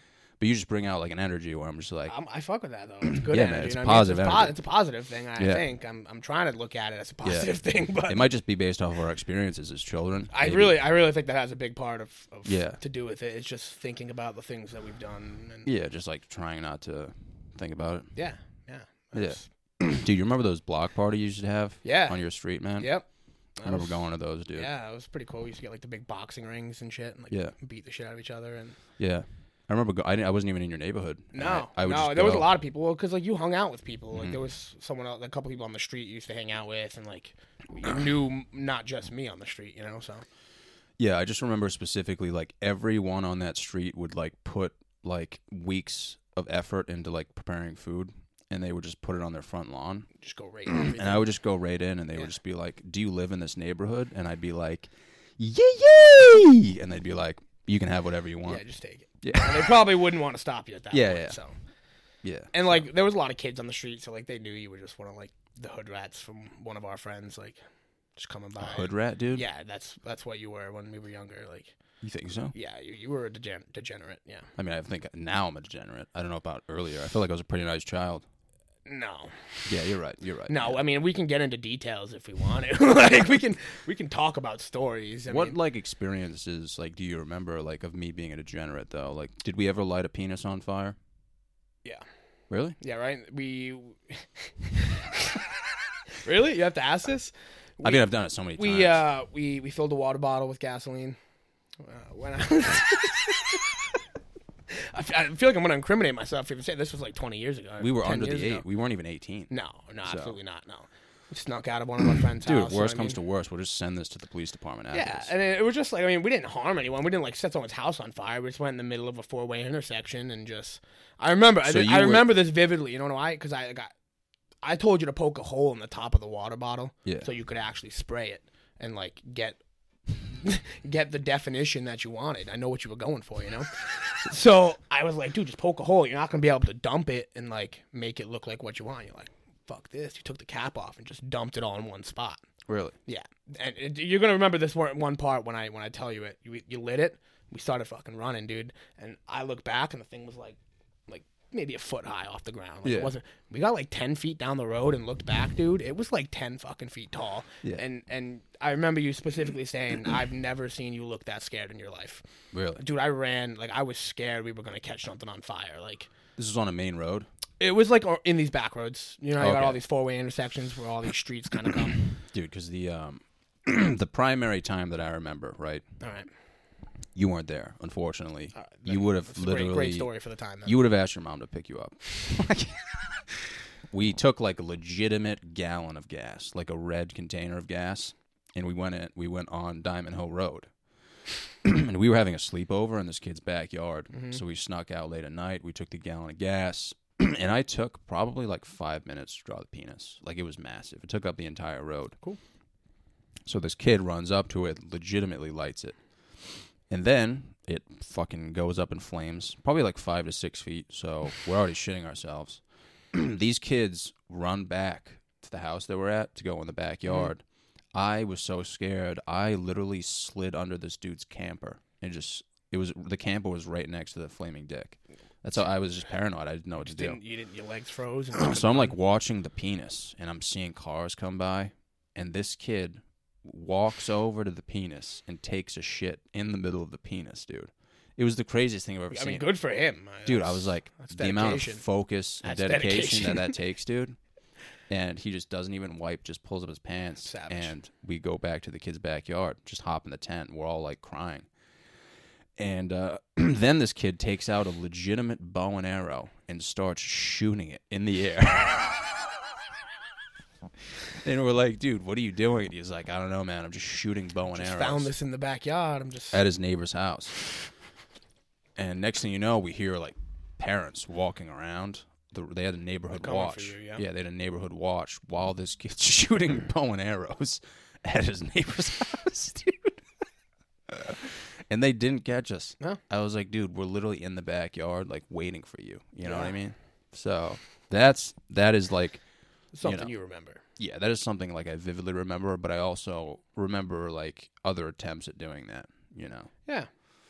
But you just bring out like an energy where I'm just like, I'm, I fuck with that though. It's good. Yeah, energy, man, it's you know what I mean? positive It's, energy. po- it's a positive thing. I Yeah. think I'm I'm trying to look at it as a positive thing, but it might just be based off of our experiences as children. I Maybe. really I really think that has a big part of, of Yeah. to do with it. It's just thinking about the things that we've done. And, yeah, just like trying not to think about it. yeah, yeah, Yeah. That's- Dude, you remember those block parties you used to have? Yeah. On your street, man? Yep. I remember going to those, dude. Yeah. Yeah, it was pretty cool. We used to get like the big boxing rings and shit, and like Yeah. beat the shit out of each other. And I remember go- I, didn't, I wasn't even in your neighborhood. and I- no, I, would no, just there was a go. Mm-hmm. lot of people. Well, because like you hung out with people. Like there was someone, else, a couple people on the street you used to hang out with, and like you knew not just me on the street, you know. So Yeah, I just remember specifically like everyone on that street would like put like weeks of effort into like preparing food and they would just put it on their front lawn. just go right. in. And I would just go right in and they Yeah. would just be like, Do you live in this neighborhood? And I'd be like, Yeah, yeah. And they'd be like, You can have whatever you yeah, want. just take it. Yeah. And they probably wouldn't want to stop you at that. Yeah, point, yeah. So Yeah. and like there was a lot of kids on the street, so like they knew you were just one of like the hood rats from one of our friends, like just coming by. Hood rat, dude? Yeah, that's that's what you were when we were younger. Like You think so? yeah, you, you were a degen- degenerate. Yeah. I mean, I think now I'm a degenerate. I don't know about earlier. I feel like I was a pretty nice child. No. Yeah, you're right. You're right. No, I mean we can get into details if we want to. like we can we can talk about stories. I What mean, like experiences like do you remember like of me being a degenerate though? Like, did we ever light a penis on fire? Yeah. Really? yeah, right. We really you have to ask this. I mean, I've done it so many times. We uh we we filled a water bottle with gasoline. Uh, when I, I, fe- I feel like I'm gonna incriminate myself if I say this was like 20 years ago. we were 10 under years the eight. ago. We weren't even eighteen. No, no, absolutely not. No, we snuck out of one of our friends' Dude, house. worst you know what I worse comes mean? to worse, we'll just send this to the police department after Yeah, this. and it, it was just like I mean, we didn't harm anyone. We didn't like set someone's house on fire. We just went in the middle of a four-way intersection and just. I remember. So I, you I were- remember this vividly. You know why? Because I got. I told you to poke a hole in the top of the water bottle Yeah. so you could actually spray it and like get get the definition that you wanted. I know what you were going for, you know. so I was like, dude, just poke a hole. You're not gonna be able to dump it and like make it look like what you want. You're like, fuck this. You took the cap off and just dumped it all in one spot. Really? Yeah, and it, you're gonna remember this one, one part when I when I tell you it. You, you lit it. We started fucking running, dude. And I look back, and the thing was like, like maybe a foot high off the ground. Like, Yeah. It wasn't. We got like ten feet down the road and looked back, dude. It was like ten fucking feet tall. Yeah. And and I remember you specifically saying, "I've never seen you look that scared in your life." Really? Dude, I ran like I was scared we were gonna catch something on fire. Like This is on a main road. it was like uh, in these back roads. You know, you got Okay. all these four way intersections where all these streets kind of come. Dude, because the um the primary time that I remember, right? All right, You weren't there, unfortunately. you would have It's a great- literally great, story for the time. Then. you would have asked your mom to pick you up. we took like a legitimate gallon of gas, like a red container of gas, and we went in, we went on Diamond Hill Road. and we were having a sleepover in this kid's backyard. So we snuck out late at night. We took the gallon of gas. and I took probably like five minutes to draw the penis. Like it was massive. It took up the entire road. Cool. So this kid runs up to it, legitimately lights it. And then it fucking goes up in flames, probably like five to six feet. So we're already shitting ourselves. These kids run back to the house that we're at to go in the backyard. I was so scared. I literally slid under this dude's camper and just, it was, the camper was right next to the flaming dick. That's how I was just paranoid. I didn't know what to do. Didn't, you didn't. Your legs froze. And So I'm like watching the penis and I'm seeing cars come by and this kid walks over to the penis and takes a shit in the middle of the penis, dude. It was the craziest thing I've ever I seen. mean, good for him, dude, I was like that's the amount of dedication. focus and That's dedication, dedication. that that takes, dude. And he just doesn't even wipe, just pulls up his pants Savage. and we go back to the kid's backyard, just hop in the tent, and we're all like crying. And uh, then this kid takes out a legitimate bow and arrow and starts shooting it in the air. and we're like, dude, what are you doing? And he's like, I don't know, man. I'm just shooting bow and just arrows found this in the backyard. I'm just at his neighbor's house. And next thing you know, we hear like parents walking around. The, they had a neighborhood coming for watch. you, yeah. they had a neighborhood watch while this kid's shooting bow and arrows at his neighbor's house, dude. and they didn't catch us. No. I was like, dude, we're literally in the backyard, like waiting for you. You know what I Yeah. mean? So that's that is like something know. you, remember. yeah, that is something like I vividly remember, but I also remember like other attempts at doing that. You know? Yeah,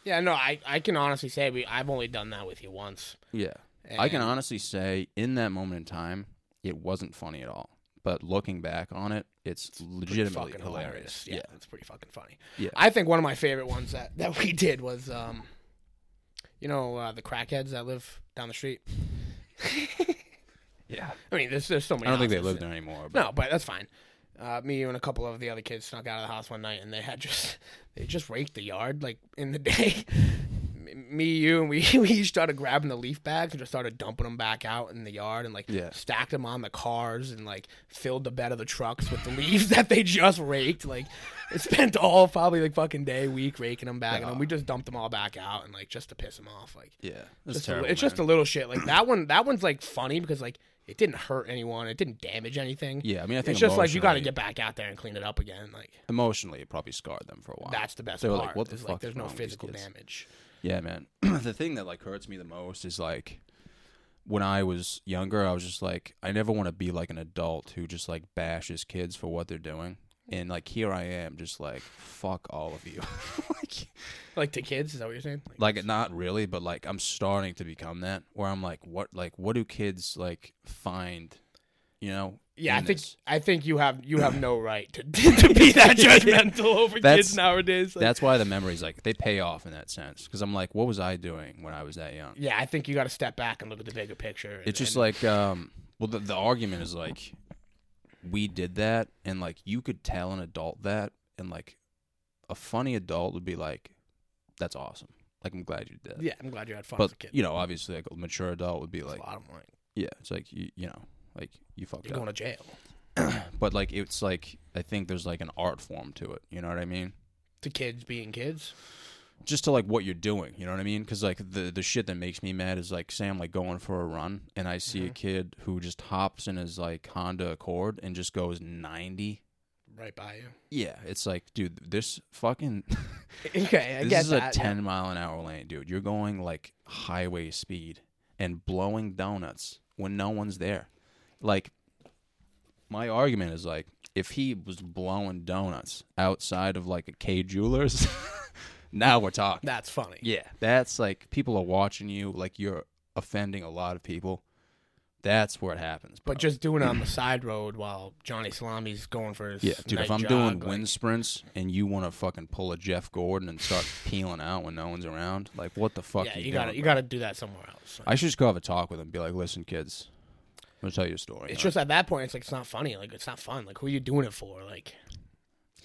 yeah. No, I, I can honestly say we I've only done that with you once. Yeah. I can And- honestly say in that moment in time, it wasn't funny at all. But looking back on it, it's, pretty legitimately fucking hilarious. Yeah, Yeah. it's pretty fucking funny. Yeah. I think one of my favorite ones that, that we did was, um, you know, uh, the crackheads that live down the street. Yeah. I mean, there's there's so many. I don't think they houses. live there anymore. But No, but that's fine. Uh, me, you, and a couple of the other kids snuck out of the house one night, and they had just they just raked the yard like in the day. M- me, you, and we we each started grabbing the leaf bags and just started dumping them back out in the yard, and like Yeah. stacked them on the cars, and like filled the bed of the trucks with the leaves that they just raked. Like, it spent all probably like fucking day, week raking them back, and then we just dumped them all back out, and like just to piss them off, like Yeah. It's, just a terrible. li- it's just a little shit like that one. That one's like funny because like it didn't hurt anyone. It didn't damage anything. Yeah, I mean, I think it's just like you got to emotionally- get back out there and clean it up again. Like Emotionally, it probably scarred them for a while. that's the best They were part. like, what the is, fuck like is there's no wrong with these physical kids? damage. Yeah, man. the thing that like hurts me the most is like when I was younger, I was just like, I never want to be like an adult who just like bashes kids for what they're doing. And like here I am, just like fuck all of you. like, Like to kids, is that what you're saying? like not really, but like I'm starting to become that. Where I'm like, what, like, what do kids like find? You know? yeah, I in think this? I think you have you have no right to to be that judgmental over That's- kids nowadays. Like, that's why the memories like they pay off in that sense. Because I'm like, what was I doing when I was that young? yeah, I think you got to step back and look at the bigger picture. and- It's just and- like, um, well, the, the argument is like, we did that, and like you could tell an adult that, and like a funny adult would be like, that's awesome. Like I'm glad you did that. yeah, I'm glad you had fun But as a kid. you know, obviously, like a mature adult would be That's like, a lot of money. yeah, it's like you, you know, like you fucked You're up. going to jail but like it's like I think there's like an art form to it. You know what I mean? to kids being kids. Just to like what you're doing. You know what I mean? Because like the the shit that makes me mad is like say I'm like going for a run and I see a kid who just hops in his like Honda Accord and just goes ninety. Right by you. Yeah, it's like, dude, this fucking Okay, I this get is that. a ten mile an hour lane, dude. You're going like highway speed and blowing donuts when no one's there. Like, my argument is like, if he was blowing donuts outside of like a K Jewelers, now we're talking. That's funny. Yeah, that's like people are watching you. Like you're offending a lot of people. That's where it happens. But just doing it on the side road while Johnny Salami's going for his Yeah, dude, if night I'm jog, doing like, wind sprints and you want to fucking pull a Jeff Gordon and start peeling out when no one's around, like what the fuck? yeah, are you, you gotta doing, you bro? gotta do that somewhere else. I should just go have a talk with him. Be like, listen, kids, I'm gonna tell you a story. it's Like, just at that point, it's like it's not funny. Like it's not fun. Like who are you doing it for? Like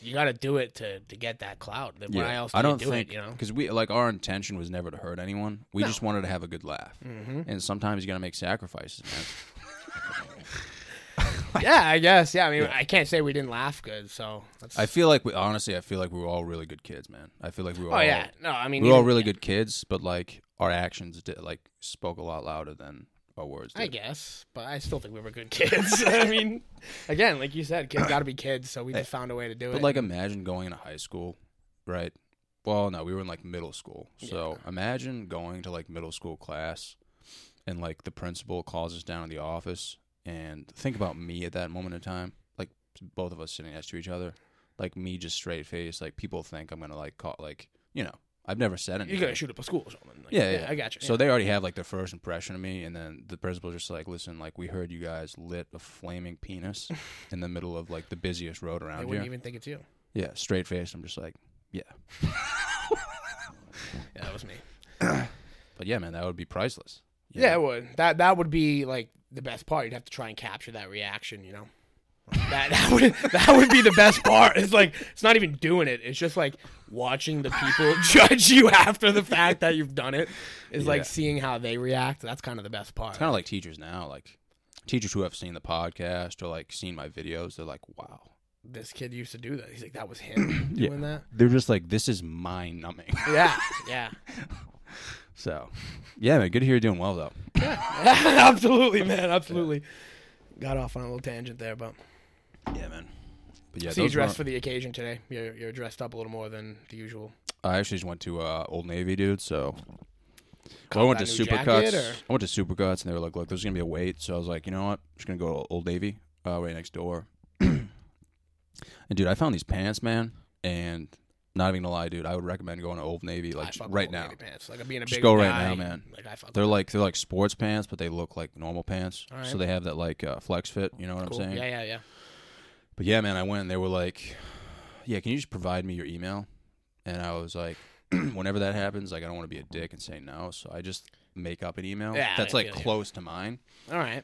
you gotta do it to to get that clout. Then why else do I don't you do think it? You know, because we like our intention was never to hurt anyone. We just wanted to have a good laugh, Mm-hmm. and sometimes you gotta make sacrifices, man. yeah, I guess. Yeah, I mean, I can't say we didn't laugh good. So that's, I feel like we honestly, I feel like we were all really good kids, man. I feel like we were. oh all, yeah, no, I mean, we were all even- really good kids, but like our actions did, like spoke a lot louder than our words. I Dude. guess, but I still think we were good kids. I mean, again, like you said, kids got to be kids, so we just found a way to do But it. like, imagine going to high school, right? Well, no, we were in like middle school. So imagine going to like middle school class, and like the principal calls us down in the office, and think about me at that moment in time, like both of us sitting next to each other, like me just straight face, like people think I'm gonna like call, like you know, I've never said anything. you're gonna shoot up a school or something. Like, Yeah, yeah. I got you. So they already have like their first impression of me, and then the principal's just like, "Listen, like we heard you guys lit a flaming penis in the middle of like the busiest road they around wouldn't here." even think it's you. yeah, straight face. I'm just like, yeah, Yeah, that was me. but yeah, man, that would be priceless. you Yeah, know? it would. That that would be like the best part. You'd have to try and capture that reaction, you know. that that would that would be the best part. It's like it's not even doing it. It's just like watching the people judge you after the fact that you've done it. Is Yeah. like seeing how they react. That's kind of the best part. it's kind of like teachers now, like teachers who have seen the podcast or like seen my videos, they're like, wow, This kid used to do that. He's like, that was him doing that. they're just like, this is mind numbing. Yeah, yeah, so, yeah, man, good to hear you're doing well though. absolutely, man, absolutely. Got off on a little tangent there, but Yeah, man. But yeah, see you those dressed were, for the occasion today. You're you're dressed up a little more than the usual. I actually just went to uh, Old Navy, dude. So Cop Well, I went to that new Supercuts. jacket, or- I went to Supercuts, and they were like, "Look, there's gonna be a wait." So I was like, "You know what? I'm just gonna go to Old Navy, uh, right next door." and dude, I found these pants, man. And not even gonna lie, dude, I would recommend going to Old Navy I like fuck with right old now. lady Pants. Like I'm being a Just big go right guy, now, man. Like I fuck. They're with like they're like sports pants, but they look like normal pants. All right. So they have that like uh, flex fit. You know what cool. I'm saying? Yeah, yeah, yeah. But yeah, man, I went and they were like, "Yeah, can you just provide me your email?" And I was like, "Whenever that happens, like I don't want to be a dick and say no, so I just make up an email Yeah, that's I like feel you. close to mine." All right.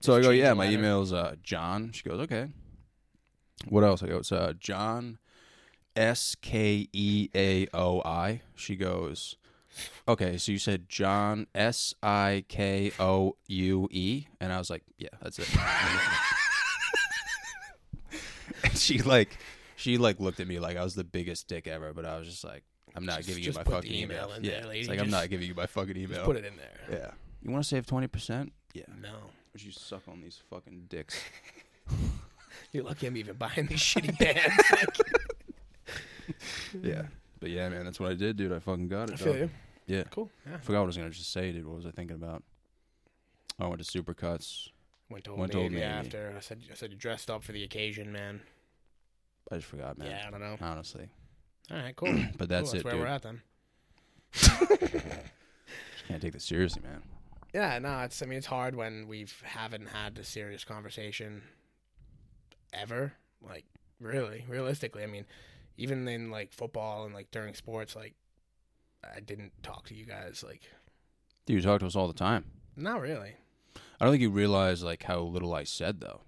So I Just go, change yeah, the my letter. email's uh, John. She goes, okay. What else? I go, it's uh, John S K E A O I. She goes, okay, so you said John S I K O U E. And I was like, yeah, that's it. and she like, she like looked at me like I was the biggest dick ever, but I was just like, I'm not Just- giving just you my put the fucking email email. in yeah, there, lady. it's like I'm Just- not giving you my fucking email. Put it in there. Yeah. You want to save twenty percent? Yeah. No, Would you suck on these fucking dicks? you're lucky I'm even buying these shitty pants. Like, Yeah. But yeah, man, that's what I did, dude. I fucking got it. I feel dog. you. Yeah. Cool. Yeah. I forgot what I was gonna just say, dude. What was I thinking about? I went to Supercuts. Went to Old Went to Navy Old Navy. after. I said I said you dressed up for the occasion, man. I just forgot, man. Yeah, I don't know. Honestly, All right, cool. Cool, but that's that's it, where dude. we're at then. Can't take this seriously, man. Yeah, no, it's I mean it's hard when we haven't had a serious conversation ever. Like really, realistically, I mean, even in like football and like during sports, like I didn't talk to you guys. Like Dude, you talk to us all the time. not really. I don't think you realize like how little I said though.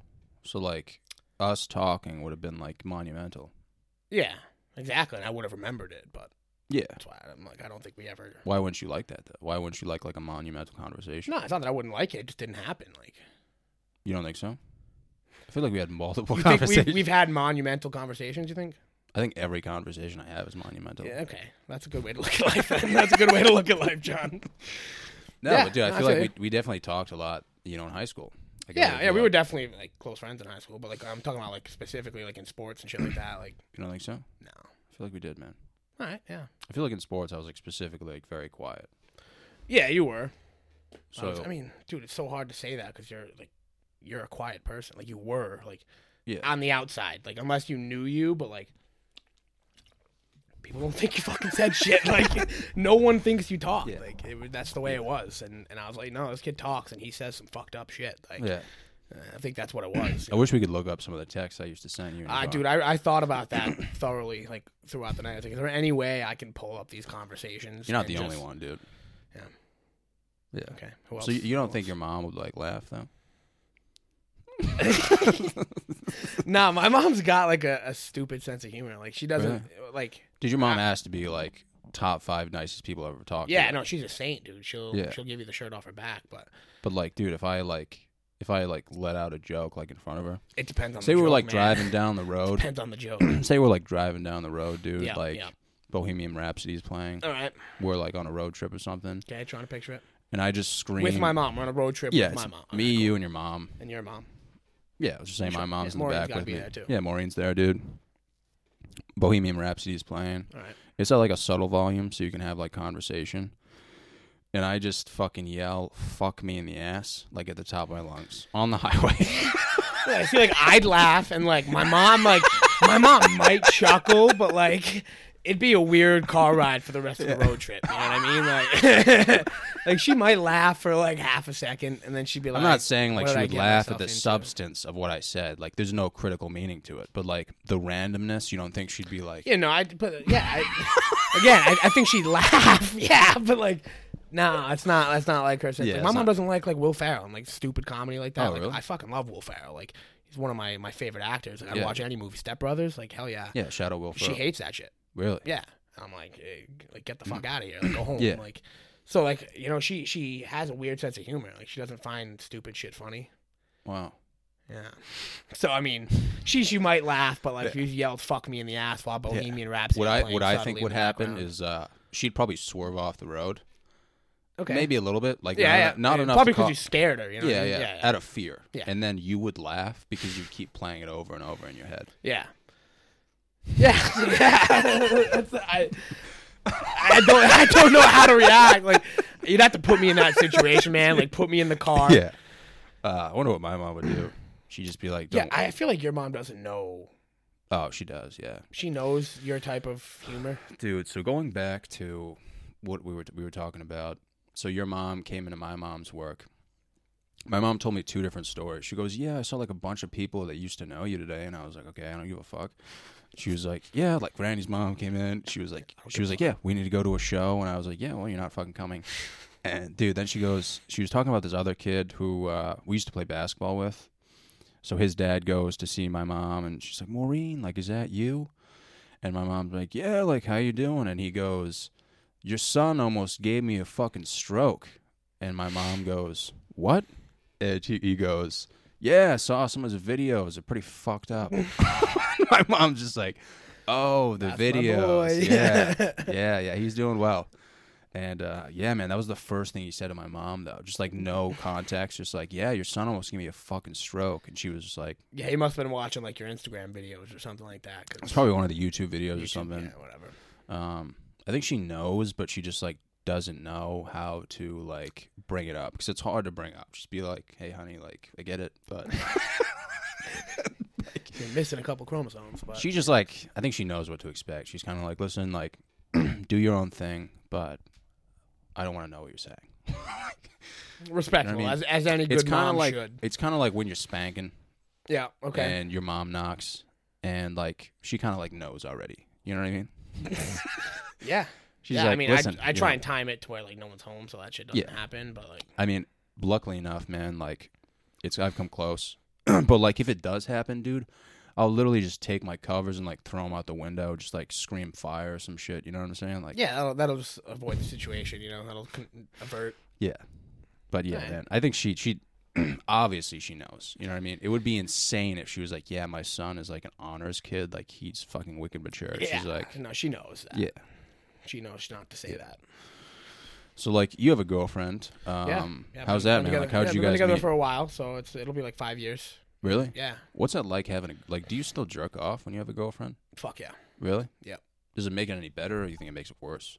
So like, us talking would have been like monumental. Yeah, exactly. And I would have remembered it, but Yeah. that's why I'm like I don't think we ever. Why wouldn't you like that though? Why wouldn't you like like a monumental conversation? No, it's not that I wouldn't like it. It just didn't happen. Like You don't think so? I feel like we had multiple you think conversations. we've, we've had monumental conversations. You think? I think every conversation I have is monumental. Yeah. Okay, that's a good way to look at life. Then. That's a good way to look at life, John. No, Yeah, but dude, I no, I feel feel like we, we definitely talked a lot, you know, in high school. Like, Yeah, I yeah, feel we were like- definitely like close friends in high school, but like I'm talking about like specifically like in sports and shit like that. Like, You don't think so? no, all I feel like we did, man. right, yeah, I feel like in sports, I was like specifically like very quiet. yeah, you were. I, So was- I mean, dude, it's so hard to say that because you're like you're a quiet person. Like you were like Yeah. on the outside, like unless you knew you, but like people don't think you fucking said shit. Like no one thinks you talk. Yeah. Like it, was- that's the way it was, and and I was like, no, this kid talks and he says some fucked up shit. Like yeah, I think that's what it was. I wish we could look up some of the texts I used to send you. in the I car. Ah, Uh, dude, I, I thought about that thoroughly, like throughout the night. I was like, is there any way I can pull up these conversations? you're not and the just- only one, dude. Yeah. Yeah. Okay. Who So you, else? you Who don't think your mom would like laugh though? else? Nah, my mom's got like a, a stupid sense of humor. Like she doesn't uh, like. Did your mom ask to be like top five nicest people I've ever talked Ah. Yeah, to? no, she's a saint, dude. She'll Yeah. she'll give you the shirt off her back, but But like, dude, if I like if I like let out a joke like in front of her, it depends on. say the we're joke, like man. driving down the road, Depends on the joke. say we're like driving down the road, dude, Yeah, like yeah. Bohemian Rhapsody's playing. All right. we're like on a road trip or something, Okay, trying to picture it. and I just screamed with my mom. We're on a road trip Yeah, with my it's mom. me, you, and your mom. and your mom. Yeah, I was just saying my mom's in the Yeah, Maureen's back gotta with be me. there, too. Yeah, Maureen's there, dude. Bohemian Rhapsody's playing. All right. It's at like a subtle volume, so you can have like conversation. And I just fucking yell, "Fuck me in the ass!" like at the top of my lungs on the highway. Yeah, I feel like I'd laugh, and like my mom, like my mom might chuckle, but like it'd be a weird car ride for the rest of the road trip. You know what I mean? Like, like she might laugh for like half a second, and then she'd be like, I'm not saying like "What she did I would get laugh at myself the into?" substance of what I said. Like, there's no critical meaning to it, but like the randomness, you don't think she'd be like, You know, I but yeah, I, again, I, I think she'd laugh. Yeah, but like. No, it's not. That's not like her. sense. Yeah, Like, it's my not- mom doesn't like like Will Ferrell and like stupid comedy like that. Oh, like, really? I fucking love Will Ferrell. Like he's one of my my favorite actors. Like, I Yeah. watch any movie. Step Brothers. Like hell yeah. "Yeah, Shadow Will She Ferrell." hates that shit. really? Yeah. And I'm like, eh, like get the fuck out of here. Like, go home. Yeah. Like, so like you know she she has a weird sense of humor. Like she doesn't find stupid shit funny. Wow. Yeah. So I mean, she she might laugh, but like if you yelled "fuck me" in the ass while Bohemian Rhapsody. What is I playing what I subtly think in would the happen background. is uh, she'd probably swerve off the road, okay. maybe a little bit, like yeah, not, yeah, enough- not yeah, enough. Probably to call- because you scared her. You know what I yeah, mean? yeah, yeah, yeah. out of fear. Yeah. And then you would laugh because you keep playing it over and over in your head. Yeah. Yeah. That's- I, I don't I don't know how to react. Like you'd have to put me in that situation, man. Like put me in the car. Uh, I wonder what my mom would do. She'd just be like, Yeah, "Don't." I feel like your mom doesn't know. oh, she does. Yeah, She knows your type of humor. dude. So going back to what we were we were talking about. So your mom came into my mom's work. My mom told me two different stories. She goes, "Yeah, I saw like a bunch of people that used to know you today," and I was like, "Okay, I don't give a fuck." She was like, "Yeah, like Randy's mom came in." She was like, "She was like, yeah, we need to go to a show," and I was like, "Yeah, well, you're not fucking coming." And dude, then she goes, she was talking about this other kid who uh, we used to play basketball with. So his dad goes to see my mom, and she's like, "Maureen, like, is that you?" And my mom's like, "Yeah, like, how you doing?" And he goes, "Your son almost gave me a fucking stroke." And my mom goes, "What?" And he, he goes, "Yeah, I saw some of his videos. They're pretty fucked up." my mom's just like, "Oh, the my boy." videos. Yeah, yeah, yeah. He's doing well." And uh, yeah, man, that was the first thing he said to my mom, though. Just like no context, just like, yeah, your son almost gave me a fucking stroke, and she was just like, Yeah, he must have been watching like your Instagram videos or something like that. 'cause it's probably one of the YouTube videos or YouTube, something. Yeah, whatever. Um, I think she knows, but she just like doesn't know how to like bring it up because it's hard to bring up. Just be like, hey, honey, like I get it, but You're missing a couple chromosomes, but she just like I think she knows what to expect. She's kind of like, listen, like do your own thing, but I don't want to know what you're saying. respectful you know what I as, as any it's good kind of mom like should. it's kind of like when you're spanking. Yeah. Okay. and your mom knocks and like she kind of like knows already you know what i mean yeah. she's yeah, I like, mean, "Listen, I, I you try know." and time it to where like no one's home, so that shit doesn't Yeah. happen. But like, i mean luckily enough man like it's i've come close but like if it does happen dude i'll literally just take my covers and like throw them out the window just like scream fire or some shit you know what i'm saying like yeah, that'll, that'll just avoid the situation. You know, that'll con- avert. yeah. but yeah Alright. man i think she she obviously she knows you know what i mean it would be insane if she was like yeah my son is like an honors kid like he's fucking wicked mature Yeah. she's like no, she knows that. yeah She knows not to say that. So like you have a girlfriend. Um Yeah. yeah, how's that, we've been man? Together, like how'd yeah, you we've been guys together meet? for a while? So it's it'll be like five years. really? Yeah. What's that like having a like do you still jerk off when you have a girlfriend? Fuck yeah. Really? Yep. Does it make it any better or you think it makes it worse?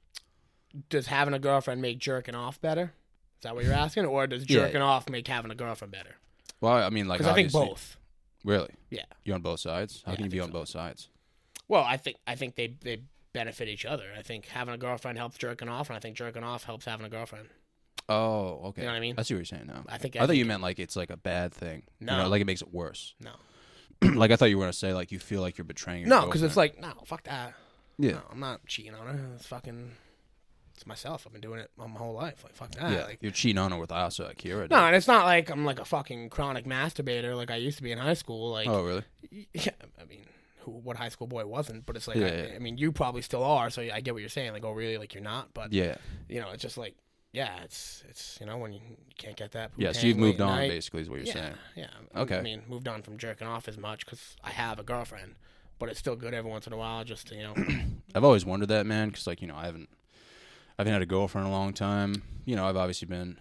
does having a girlfriend make jerking off better? Is that what you're asking, or does Yeah. jerking off make having a girlfriend better? Well, I mean like Because I think obviously- both. Really? Yeah. You're on both sides? How Yeah, can I you be think on so. both sides? Well, I think I think they they benefit each other. I think having a girlfriend helps jerking off, and I think jerking off helps having a girlfriend. Oh, okay. You know what I mean? I see what you're saying now. I think I, thought you meant like it's like a bad thing. You know, No. like it makes it worse. no, like I thought you were gonna say like you feel like you're betraying your no, because it's girlfriend. like no, fuck that. Yeah. No, I'm not cheating on her. It's fucking, it's myself. I've been doing it my whole life. Like fuck that. yeah, Like, you're cheating on her with Asa Akira. no, and it's not like I'm like a fucking chronic masturbator like I used to be in high school. Like Oh really? Yeah, I mean, who, what high school boy wasn't? But it's like, Yeah, I, yeah. I mean, you probably still are. So I get what you're saying. Like, oh, really? Like you're not? But Yeah. you know, it's just like, yeah, it's it's you know when you can't get that. Yeah, so poutine you've late moved at on night. basically is what you're yeah, saying. yeah. Okay. I mean, moved on from jerking off as much because I have a girlfriend, but it's still good every once in a while just to you know. I've always wondered that, man, because like you know, I haven't, I haven't had a girlfriend in a long time. You know, I've obviously been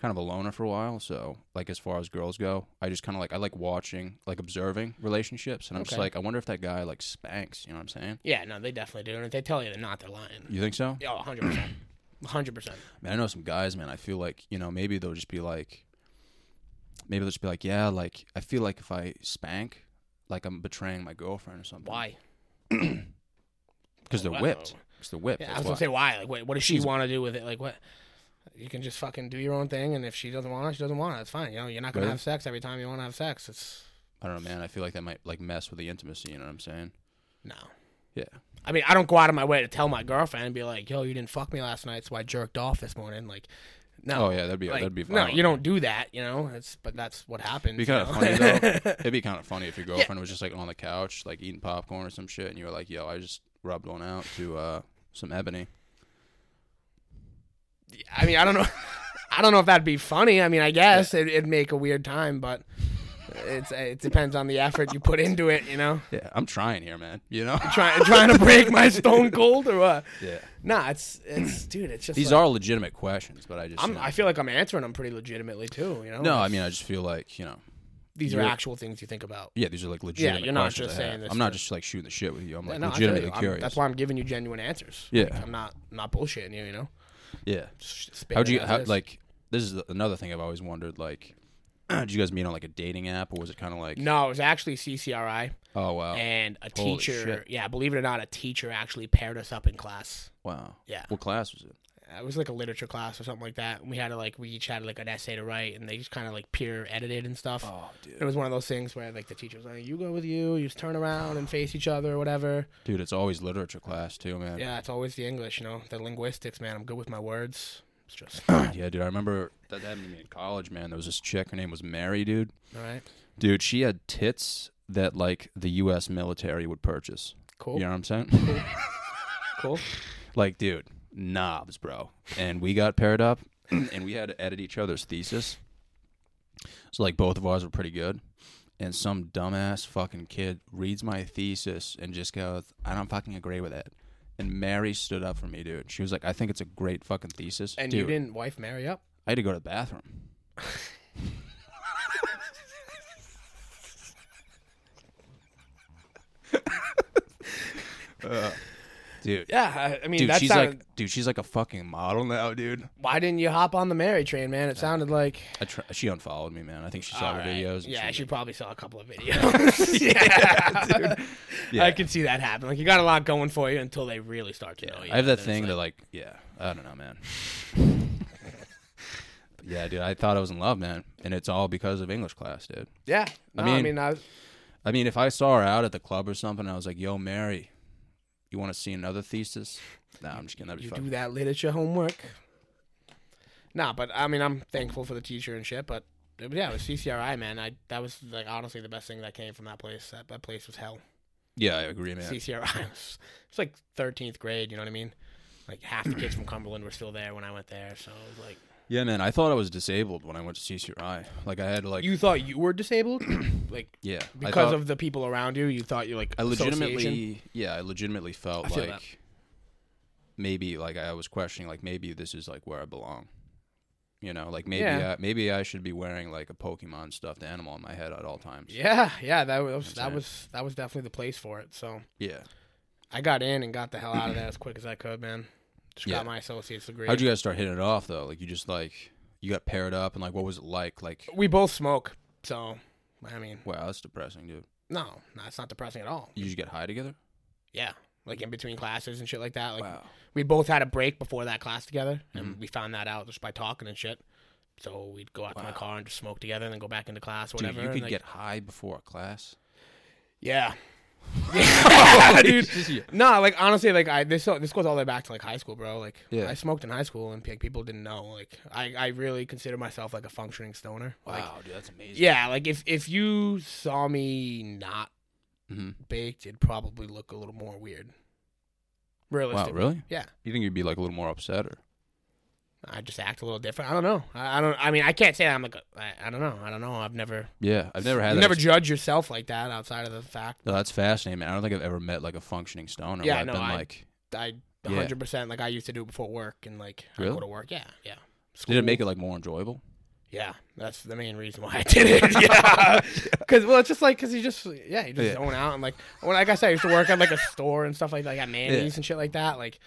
kind of a loner for a while. So, like, as far as girls go, I just kind of like, I like watching, like, observing relationships. And I'm just Okay. like, I wonder if that guy, like, spanks. You know what I'm saying? Yeah, no, they definitely do. And if they tell you they're not, they're lying. Oh, You think so? Yeah, 100%. 100%. Man, I know some guys, man. I feel like you know maybe they'll just be like, maybe they'll just be like, yeah, like I feel like if I spank, like I'm betraying my girlfriend or something. Why? Because they're Wow. whipped. Because they're whipped. Yeah, I that's was going why. to say why. Like, wait, what does she She's- want to do with it? Like, what? You can just fucking do your own thing. And if she doesn't want it, she doesn't want it. That's fine. You know, you're not going to Right. have sex every time you want to have sex. It's I don't know, man. I feel like that might like mess with the intimacy. You know what I'm saying? no. Yeah. I mean, I don't go out of my way to tell my girlfriend and be like, yo, you didn't fuck me last night, so I jerked off this morning. Like, no. Oh yeah, that'd be Like, that'd be no, violent. you don't do that, you know. It's but that's what happens. It'd be you kind of know? funny though. It'd be kind of funny if your girlfriend was just like on the couch, like eating popcorn or some shit, and you were like, "Yo, I just rubbed one out to uh, some ebony." I mean, I don't know. I don't know if that'd be funny. I mean, I guess it, it'd make a weird time, but it's it depends on the effort you put into it. You know, Yeah, I'm trying here, man. You know? trying trying to break my stone cold or what? yeah. Nah, it's it's dude. It's just These like, are legitimate questions, but I just you I'm, know. I feel like I'm answering them pretty legitimately too. You know. No, It's- I mean I just feel like you know, these are you're- actual things you think about. yeah, these are like legitimate. you're not questions just I have. saying this I'm not to- just like shooting the shit with you. I'm like No, I feel legitimately you. I'm- curious. That's why I'm giving you genuine answers. Yeah. Like, I'm not I'm not bullshitting you. You know. yeah. Just How'd spitting you it as how, is. like? This is another thing I've always wondered. Like, did you guys meet on like a dating app, or was it kind of like? No, it was actually CCRI Oh wow, and a Holy teacher. shit. Yeah, believe it or not, a teacher actually paired us up in class. wow. Yeah. What class was it? uh, it was like a literature class or something like that. And we had to like we each had like an essay to write, and they just kind of like peer edited and stuff. Oh, It dude. was one of those things where like the teacher was like, "You go with you, you just turn around and face each other, or whatever." Dude, it's always literature class too, man. Yeah, it's always the English, you know, the linguistics, man. I'm good with my words. It's just yeah, dude. I remember that happened to me in college, man. There was this chick. Her name was Mary, dude. all right, Dude, she had tits that like the U.S. military would purchase. cool, You know what I'm saying? cool. like dude knobs bro and we got paired up and we had to edit each other's thesis so like both of ours were pretty good and some dumbass fucking kid reads my thesis and just goes i don't fucking agree with it and mary stood up for me dude she was like i think it's a great fucking thesis And dude, you didn't wife marry up? i had to go to the bathroom Uh, dude Yeah, I, I mean dude, that she's sounded. like, dude, she's like a fucking model now, dude. why didn't you hop on the Mary train, man? It sounded like. I tr- she unfollowed me, man. I think she saw All her right. videos. and Yeah, was she like- probably saw a couple of videos. yeah, Yeah. I can see that happen. Like you got a lot going for you until they really start to know you. I have and that then thing it's that, like, yeah, I don't know, man. But yeah, dude, I thought I was in love, man, and it's all because of English class, dude. yeah. No, I mean, I mean- was, I mean, if I saw her out at the club or something, I was like, "Yo, Mary, you want to see another thesis?" Nah, I'm just kidding. That'd be you fucking. do that literature homework. Nah, but I mean, I'm thankful for the teacher and shit. But, but yeah, it was CCRI, man. I that was like honestly the best thing that came from that place. That, that place was hell. Yeah, I agree, man. CCRI was it's like 13th grade. You know what I mean? Like half the kids from Cumberland were still there when I went there. So it was like, Yeah, man. I thought I was disabled when I went to CCRI. Like, I had to, like, you thought you were disabled, like yeah, I because thought- of the people around you. You thought you like I association? legitimately, yeah, I legitimately felt I feel like that. maybe, like I was questioning, like maybe this is like where I belong. You know, like maybe, I, Yeah. maybe I should be wearing like a Pokemon stuffed animal in my head at all times. Yeah, yeah. That was that saying. was that was definitely the place for it. So. Yeah. I got in and got the hell out of there as quick as I could, man. Just Yeah. got my associate's degree. How'd you guys start hitting it off though? Like you just like you got paired up, and like what was it like? Like we both smoke, so I mean, wow, that's depressing, dude. no, no, it's not depressing at all. You just get high together. Yeah, like in between classes and shit like that. Like Wow. Mm-hmm. we both had a break before that class together, and we found that out just by talking and shit. So we'd go out to my Wow. car and just smoke together, and then go back into class, or Dude, whatever. you and, could like- get high before a class. yeah. yeah, dude. Dude, No, like honestly, like I this this goes all the way back to like high school, bro. Like Yeah. I smoked in high school, and like, people didn't know. Like I, I really consider myself like a functioning stoner. Like, wow, dude, that's amazing. Yeah, like if if you saw me not hmm baked, it'd probably look a little more weird. Wow, Realistically, really? Yeah. You think you'd be like a little more upset or? I just act a little different. I don't know. I, I don't. I mean, I can't say that I'm like. a- I, I don't know. I don't know. I've never. Yeah, I've never had. you that never judge yourself like that outside of the fact. No, that's fascinating, man. I don't think I've ever met like a functioning stoner. Yeah, where I've no, been I- like, I Yeah. 100% like I used to do before work and like I Really? go to work. Yeah, yeah. Did it School. make it like more enjoyable? Yeah, that's the main reason why I did it. Yeah, because well, it's just like because you just yeah you just Yeah. own out and like when like I said I used to work at like a store and stuff like that, like at Manny's and shit like that. Like,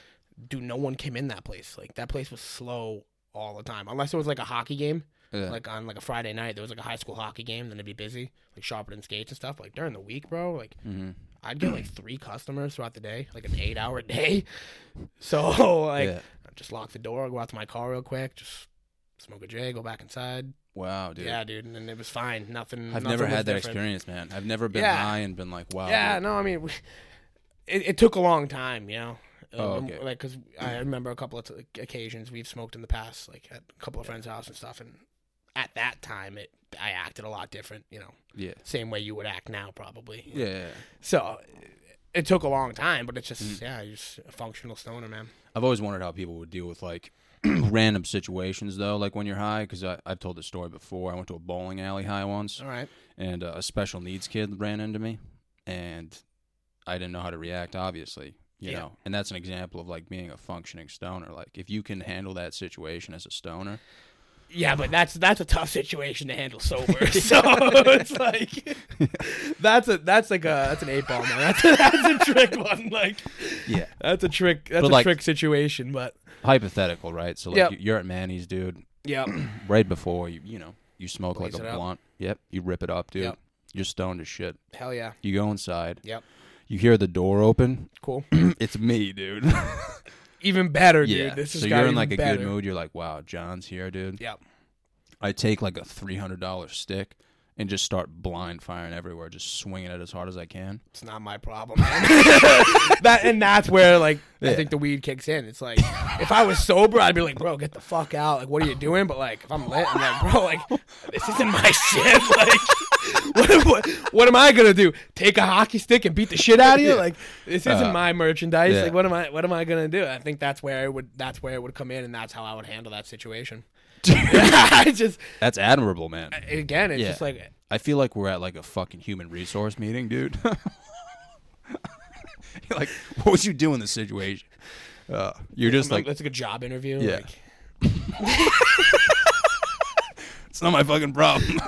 dude, no one came in that place. Like that place was slow all the time, unless it was like a hockey game. Yeah. Like on like a Friday night, there was like a high school hockey game. Then it'd be busy, like sharpening skates and stuff. Like during the week, bro, like mm-hmm. I'd get like three customers throughout the day, like an eight hour day. So like, Yeah. I'd just lock the door, go out to my car real quick, just smoke a J, go back inside. Wow, dude. Yeah, dude, and it was fine. Nothing. I've nothing never was had that different. experience, man. I've never been Yeah. high and been like, wow. Yeah, dude. no, I mean, we, it, it took a long time, you know. Oh, Um, okay. Like, cause I remember a couple of t- occasions we've smoked in the past, like at a couple of friends' house and stuff, and at that time, it I acted a lot different, you know, Yeah. same way you would act now, probably. Yeah. yeah, yeah. So. It took a long time, but it's just Mm. yeah, you're just a functional stoner, man. I've always wondered how people would deal with like random situations though, like when you're high, because I've told this story before. I went to a bowling alley high once, All right, and uh, a special needs kid ran into me, and I didn't know how to react. Obviously, you Yeah. know, and that's an example of like being a functioning stoner. Like if you can handle that situation as a stoner, yeah, but that's that's a tough situation to handle sober. so it's like that's a that's like a that's an eight ball man. That's a, that's a trick one. Like yeah, That's a trick. That's But, a like- trick situation, but hypothetical, right? So like Yep. you- you're at Manny's, dude. yeah, Right before you, you know, you smoke Blaze like it a up. blunt. Yep, you rip it up, dude. Yep. You're stoned as shit. hell yeah, You go inside. Yep. You hear the door open. cool. it's me, dude. Even better, yeah. dude. This is so you're in even like a better. good mood. You're like, wow, John's here, dude. Yep. I take like a three hundred dollar stick and just start blind firing everywhere, just swinging it as hard as I can. It's not my problem. man. that and that's where like I Yeah. think the weed kicks in. It's like if I was sober, I'd be like, bro, get the fuck out. Like, what are you doing? But like, if I'm lit, I'm like, bro, like this isn't my shit. Like, what, am- what, what am I gonna do? Take a hockey stick and beat the shit out of you? Like, this isn't Uh, my merchandise. yeah. Like, what am I? What am I gonna do? I think that's where it would. That's where it would come in, and that's how I would handle that situation. I just That's admirable, man. again, it's Yeah. just like I feel like we're at like a fucking human resource meeting, dude. You're like, what would you do in this situation? Uh, you're just like like, that's like a job interview. Yeah. Like, it's not my fucking problem.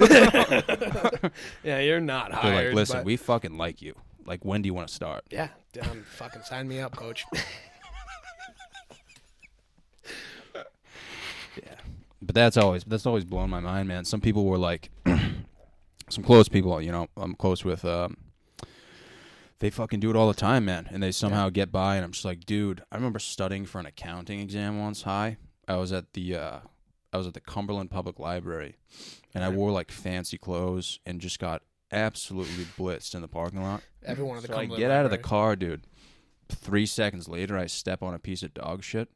yeah, you're not They're hired. like, listen, but- we fucking like you. Like, when do you want to start? Yeah, um, fucking sign me up, coach. But that's always that's always blown my mind, man. Some people were like, some close people, you know, I'm close with. Um, they fucking do it all the time, man, and they somehow get by. And I'm just like, dude, I remember studying for an accounting exam once. High, I was at the uh, I was at the Cumberland Public Library, and I wore like fancy clothes and just got absolutely blitzed in the parking lot. Every one of the So I Cumberland get out of the Library. car, dude. Three seconds later, I step on a piece of dog shit.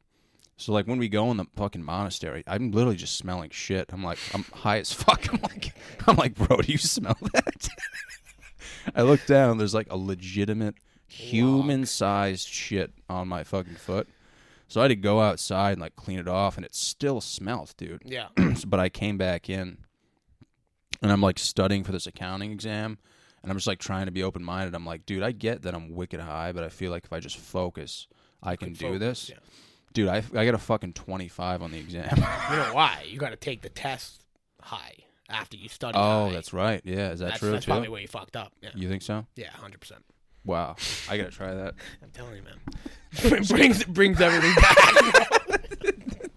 So like when we go in the fucking monastery, I'm literally just smelling shit. I'm like, I'm high as fuck. I'm like, I'm like, bro, do you smell that? I look down. There's like a legitimate human-sized shit on my fucking foot. So I had to go outside and like clean it off, and it still smelled, dude. Yeah, but I came back in and I'm like studying for this accounting exam and I'm just like trying to be open minded. I'm like, dude, I get that I'm wicked high, but I feel like if I just focus, I can do focus, this. yeah. Dude, I, I got a fucking 25 on the exam. you know why? You got to take the test high after you study. oh, high. that's right. Yeah, is that that's, true that's too? probably where you fucked up. Yeah, you think so? yeah, hundred percent. Wow. I got to try that. I'm telling you, man. It brings it brings everything back.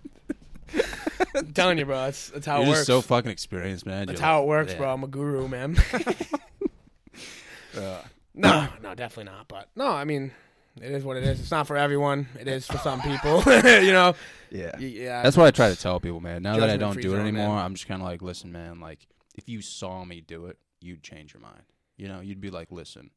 I'm telling you, bro. That's that's how You're it just works. so fucking experienced, man. that's You're how like, it works, yeah. bro. I'm a guru, man. Uh, No, no, definitely not. But no, I mean, it is what it is. It's not for everyone. It is for some people. you know. yeah. Y- Yeah. That's what I try to tell people, man. Now that I don't Judgment-free do it zone, man. anymore, I'm just kind of like, listen, man. Like, if you saw me do it, you'd change your mind. You know, you'd be like, listen,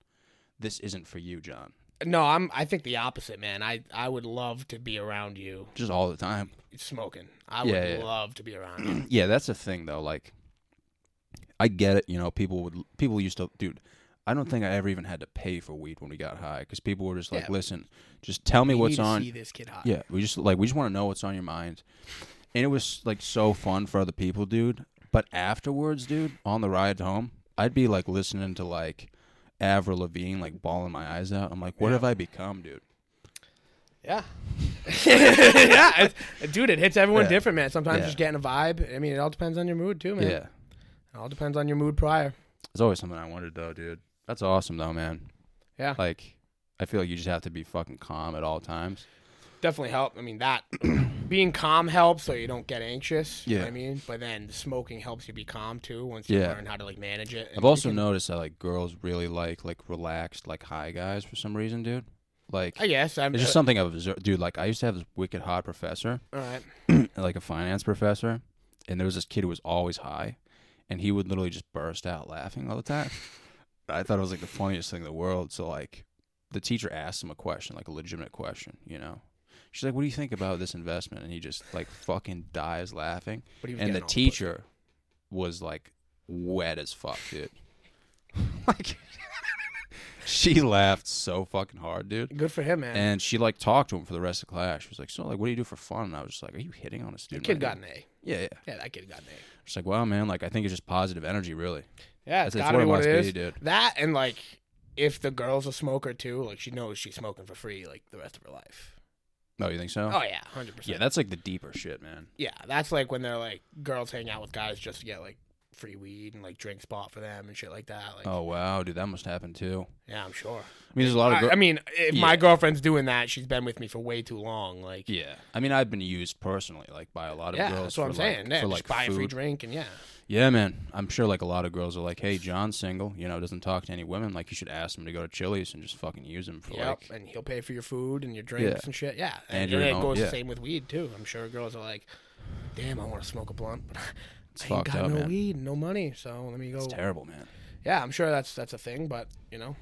this isn't for you, John. No, I'm. I think the opposite, man. I I would love to be around you Just all the time. smoking. I Yeah, would yeah. love to be around you. Yeah, that's the thing, though. Like, I get it. You know, people would people used to, dude. I don't think I ever even had to pay for weed when we got high because people were just like, Yeah. listen, just tell me You what's need to on. See this kid hot. Yeah, we just like we just want to know what's on your mind, and it was like so fun for other people, dude. But afterwards, dude, on the ride home, I'd be like listening to like Avril Lavigne, like bawling my eyes out. I'm like, what have I become, dude? Yeah. yeah, it's, dude, it hits everyone Yeah. different, man. Sometimes Yeah. just getting a vibe. I mean, it all depends on your mood too, man. Yeah. It all depends on your mood prior. It's always something I wondered though, dude. That's awesome though, man. Yeah. Like I feel like you just have to be fucking calm at all times. Definitely help. I mean, that being calm helps so you don't get anxious. You know Yeah. what I mean, but then the smoking helps you be calm too once you Yeah. learn how to like manage it. I've also noticed that like girls really like like relaxed, like high guys for some reason, dude. Like I guess I'm it's just something I've observed, dude. Like I used to have this wicked hot professor, all right. like a finance professor, and there was this kid who was always high, and he would literally just burst out laughing all the time. I thought it was like the funniest thing in the world. So like, the teacher asked him a question, like a legitimate question, you know. She's like, "What do you think about this investment?" And he just like fucking dies laughing. But he was And the getting all pussy. teacher was like wet as fuck, dude. like, she laughed so fucking hard, dude. Good for him, man. And she like talked to him for the rest of class. She was like, "So like, what do you do for fun?" And I was just like, "Are you hitting on a the student?" kid right got now?" an A. Yeah, yeah. Yeah, that kid got an A. She's like, "Wow, man. Like, I think it's just positive energy, really." Yeah, That's- it's that's gotta what be it what must it is. be, dude. That and like, if the girl's a smoker too, like she knows she's smoking for free like the rest of her life. No, you think so? Oh yeah, hundred percent. yeah, that's like the deeper shit, man. Yeah, that's like when they're like girls hang out with guys just to get like free weed and like drinks bought for them and shit like that. Like, Oh wow, dude, that must happen too. yeah, I'm sure. I mean, there's a lot of. I, Gr- I mean, if Yeah. my girlfriend's doing that, she's been with me for way too long. Like, yeah, I mean, I've been used personally, like by a lot of yeah, girls. that's what I'm for, like- saying. yeah, for, like just buy a free food. drink and yeah, Yeah, man. I'm sure like a lot of girls are like, "Hey, John's single. You know, doesn't talk to any women. Like, you should ask him to go to Chili's and just fucking use him for yep, like." and he'll pay for your food and your drinks Yeah. and shit. Yeah, And and, your and it own- goes yeah. the same with weed too. I'm sure girls are like, "Damn, I want to smoke a blunt, but It's I ain't fucked got up, no man. weed, no money, so let me go." It's terrible, man. Yeah, I'm sure that's that's a thing, but you know,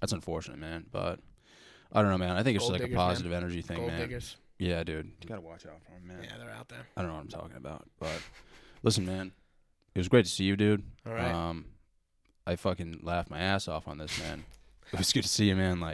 That's unfortunate, man. But I don't know, man. I think it's Gold just like diggers, a man. positive energy thing, gold man. diggers. Yeah, dude. You gotta watch out for him, man. Yeah, they're out there. I don't know what I'm talking about, but listen, man. It was great to see you, dude. All right. Um, I fucking laughed my ass off on this, man. it was good to see you, man. Like,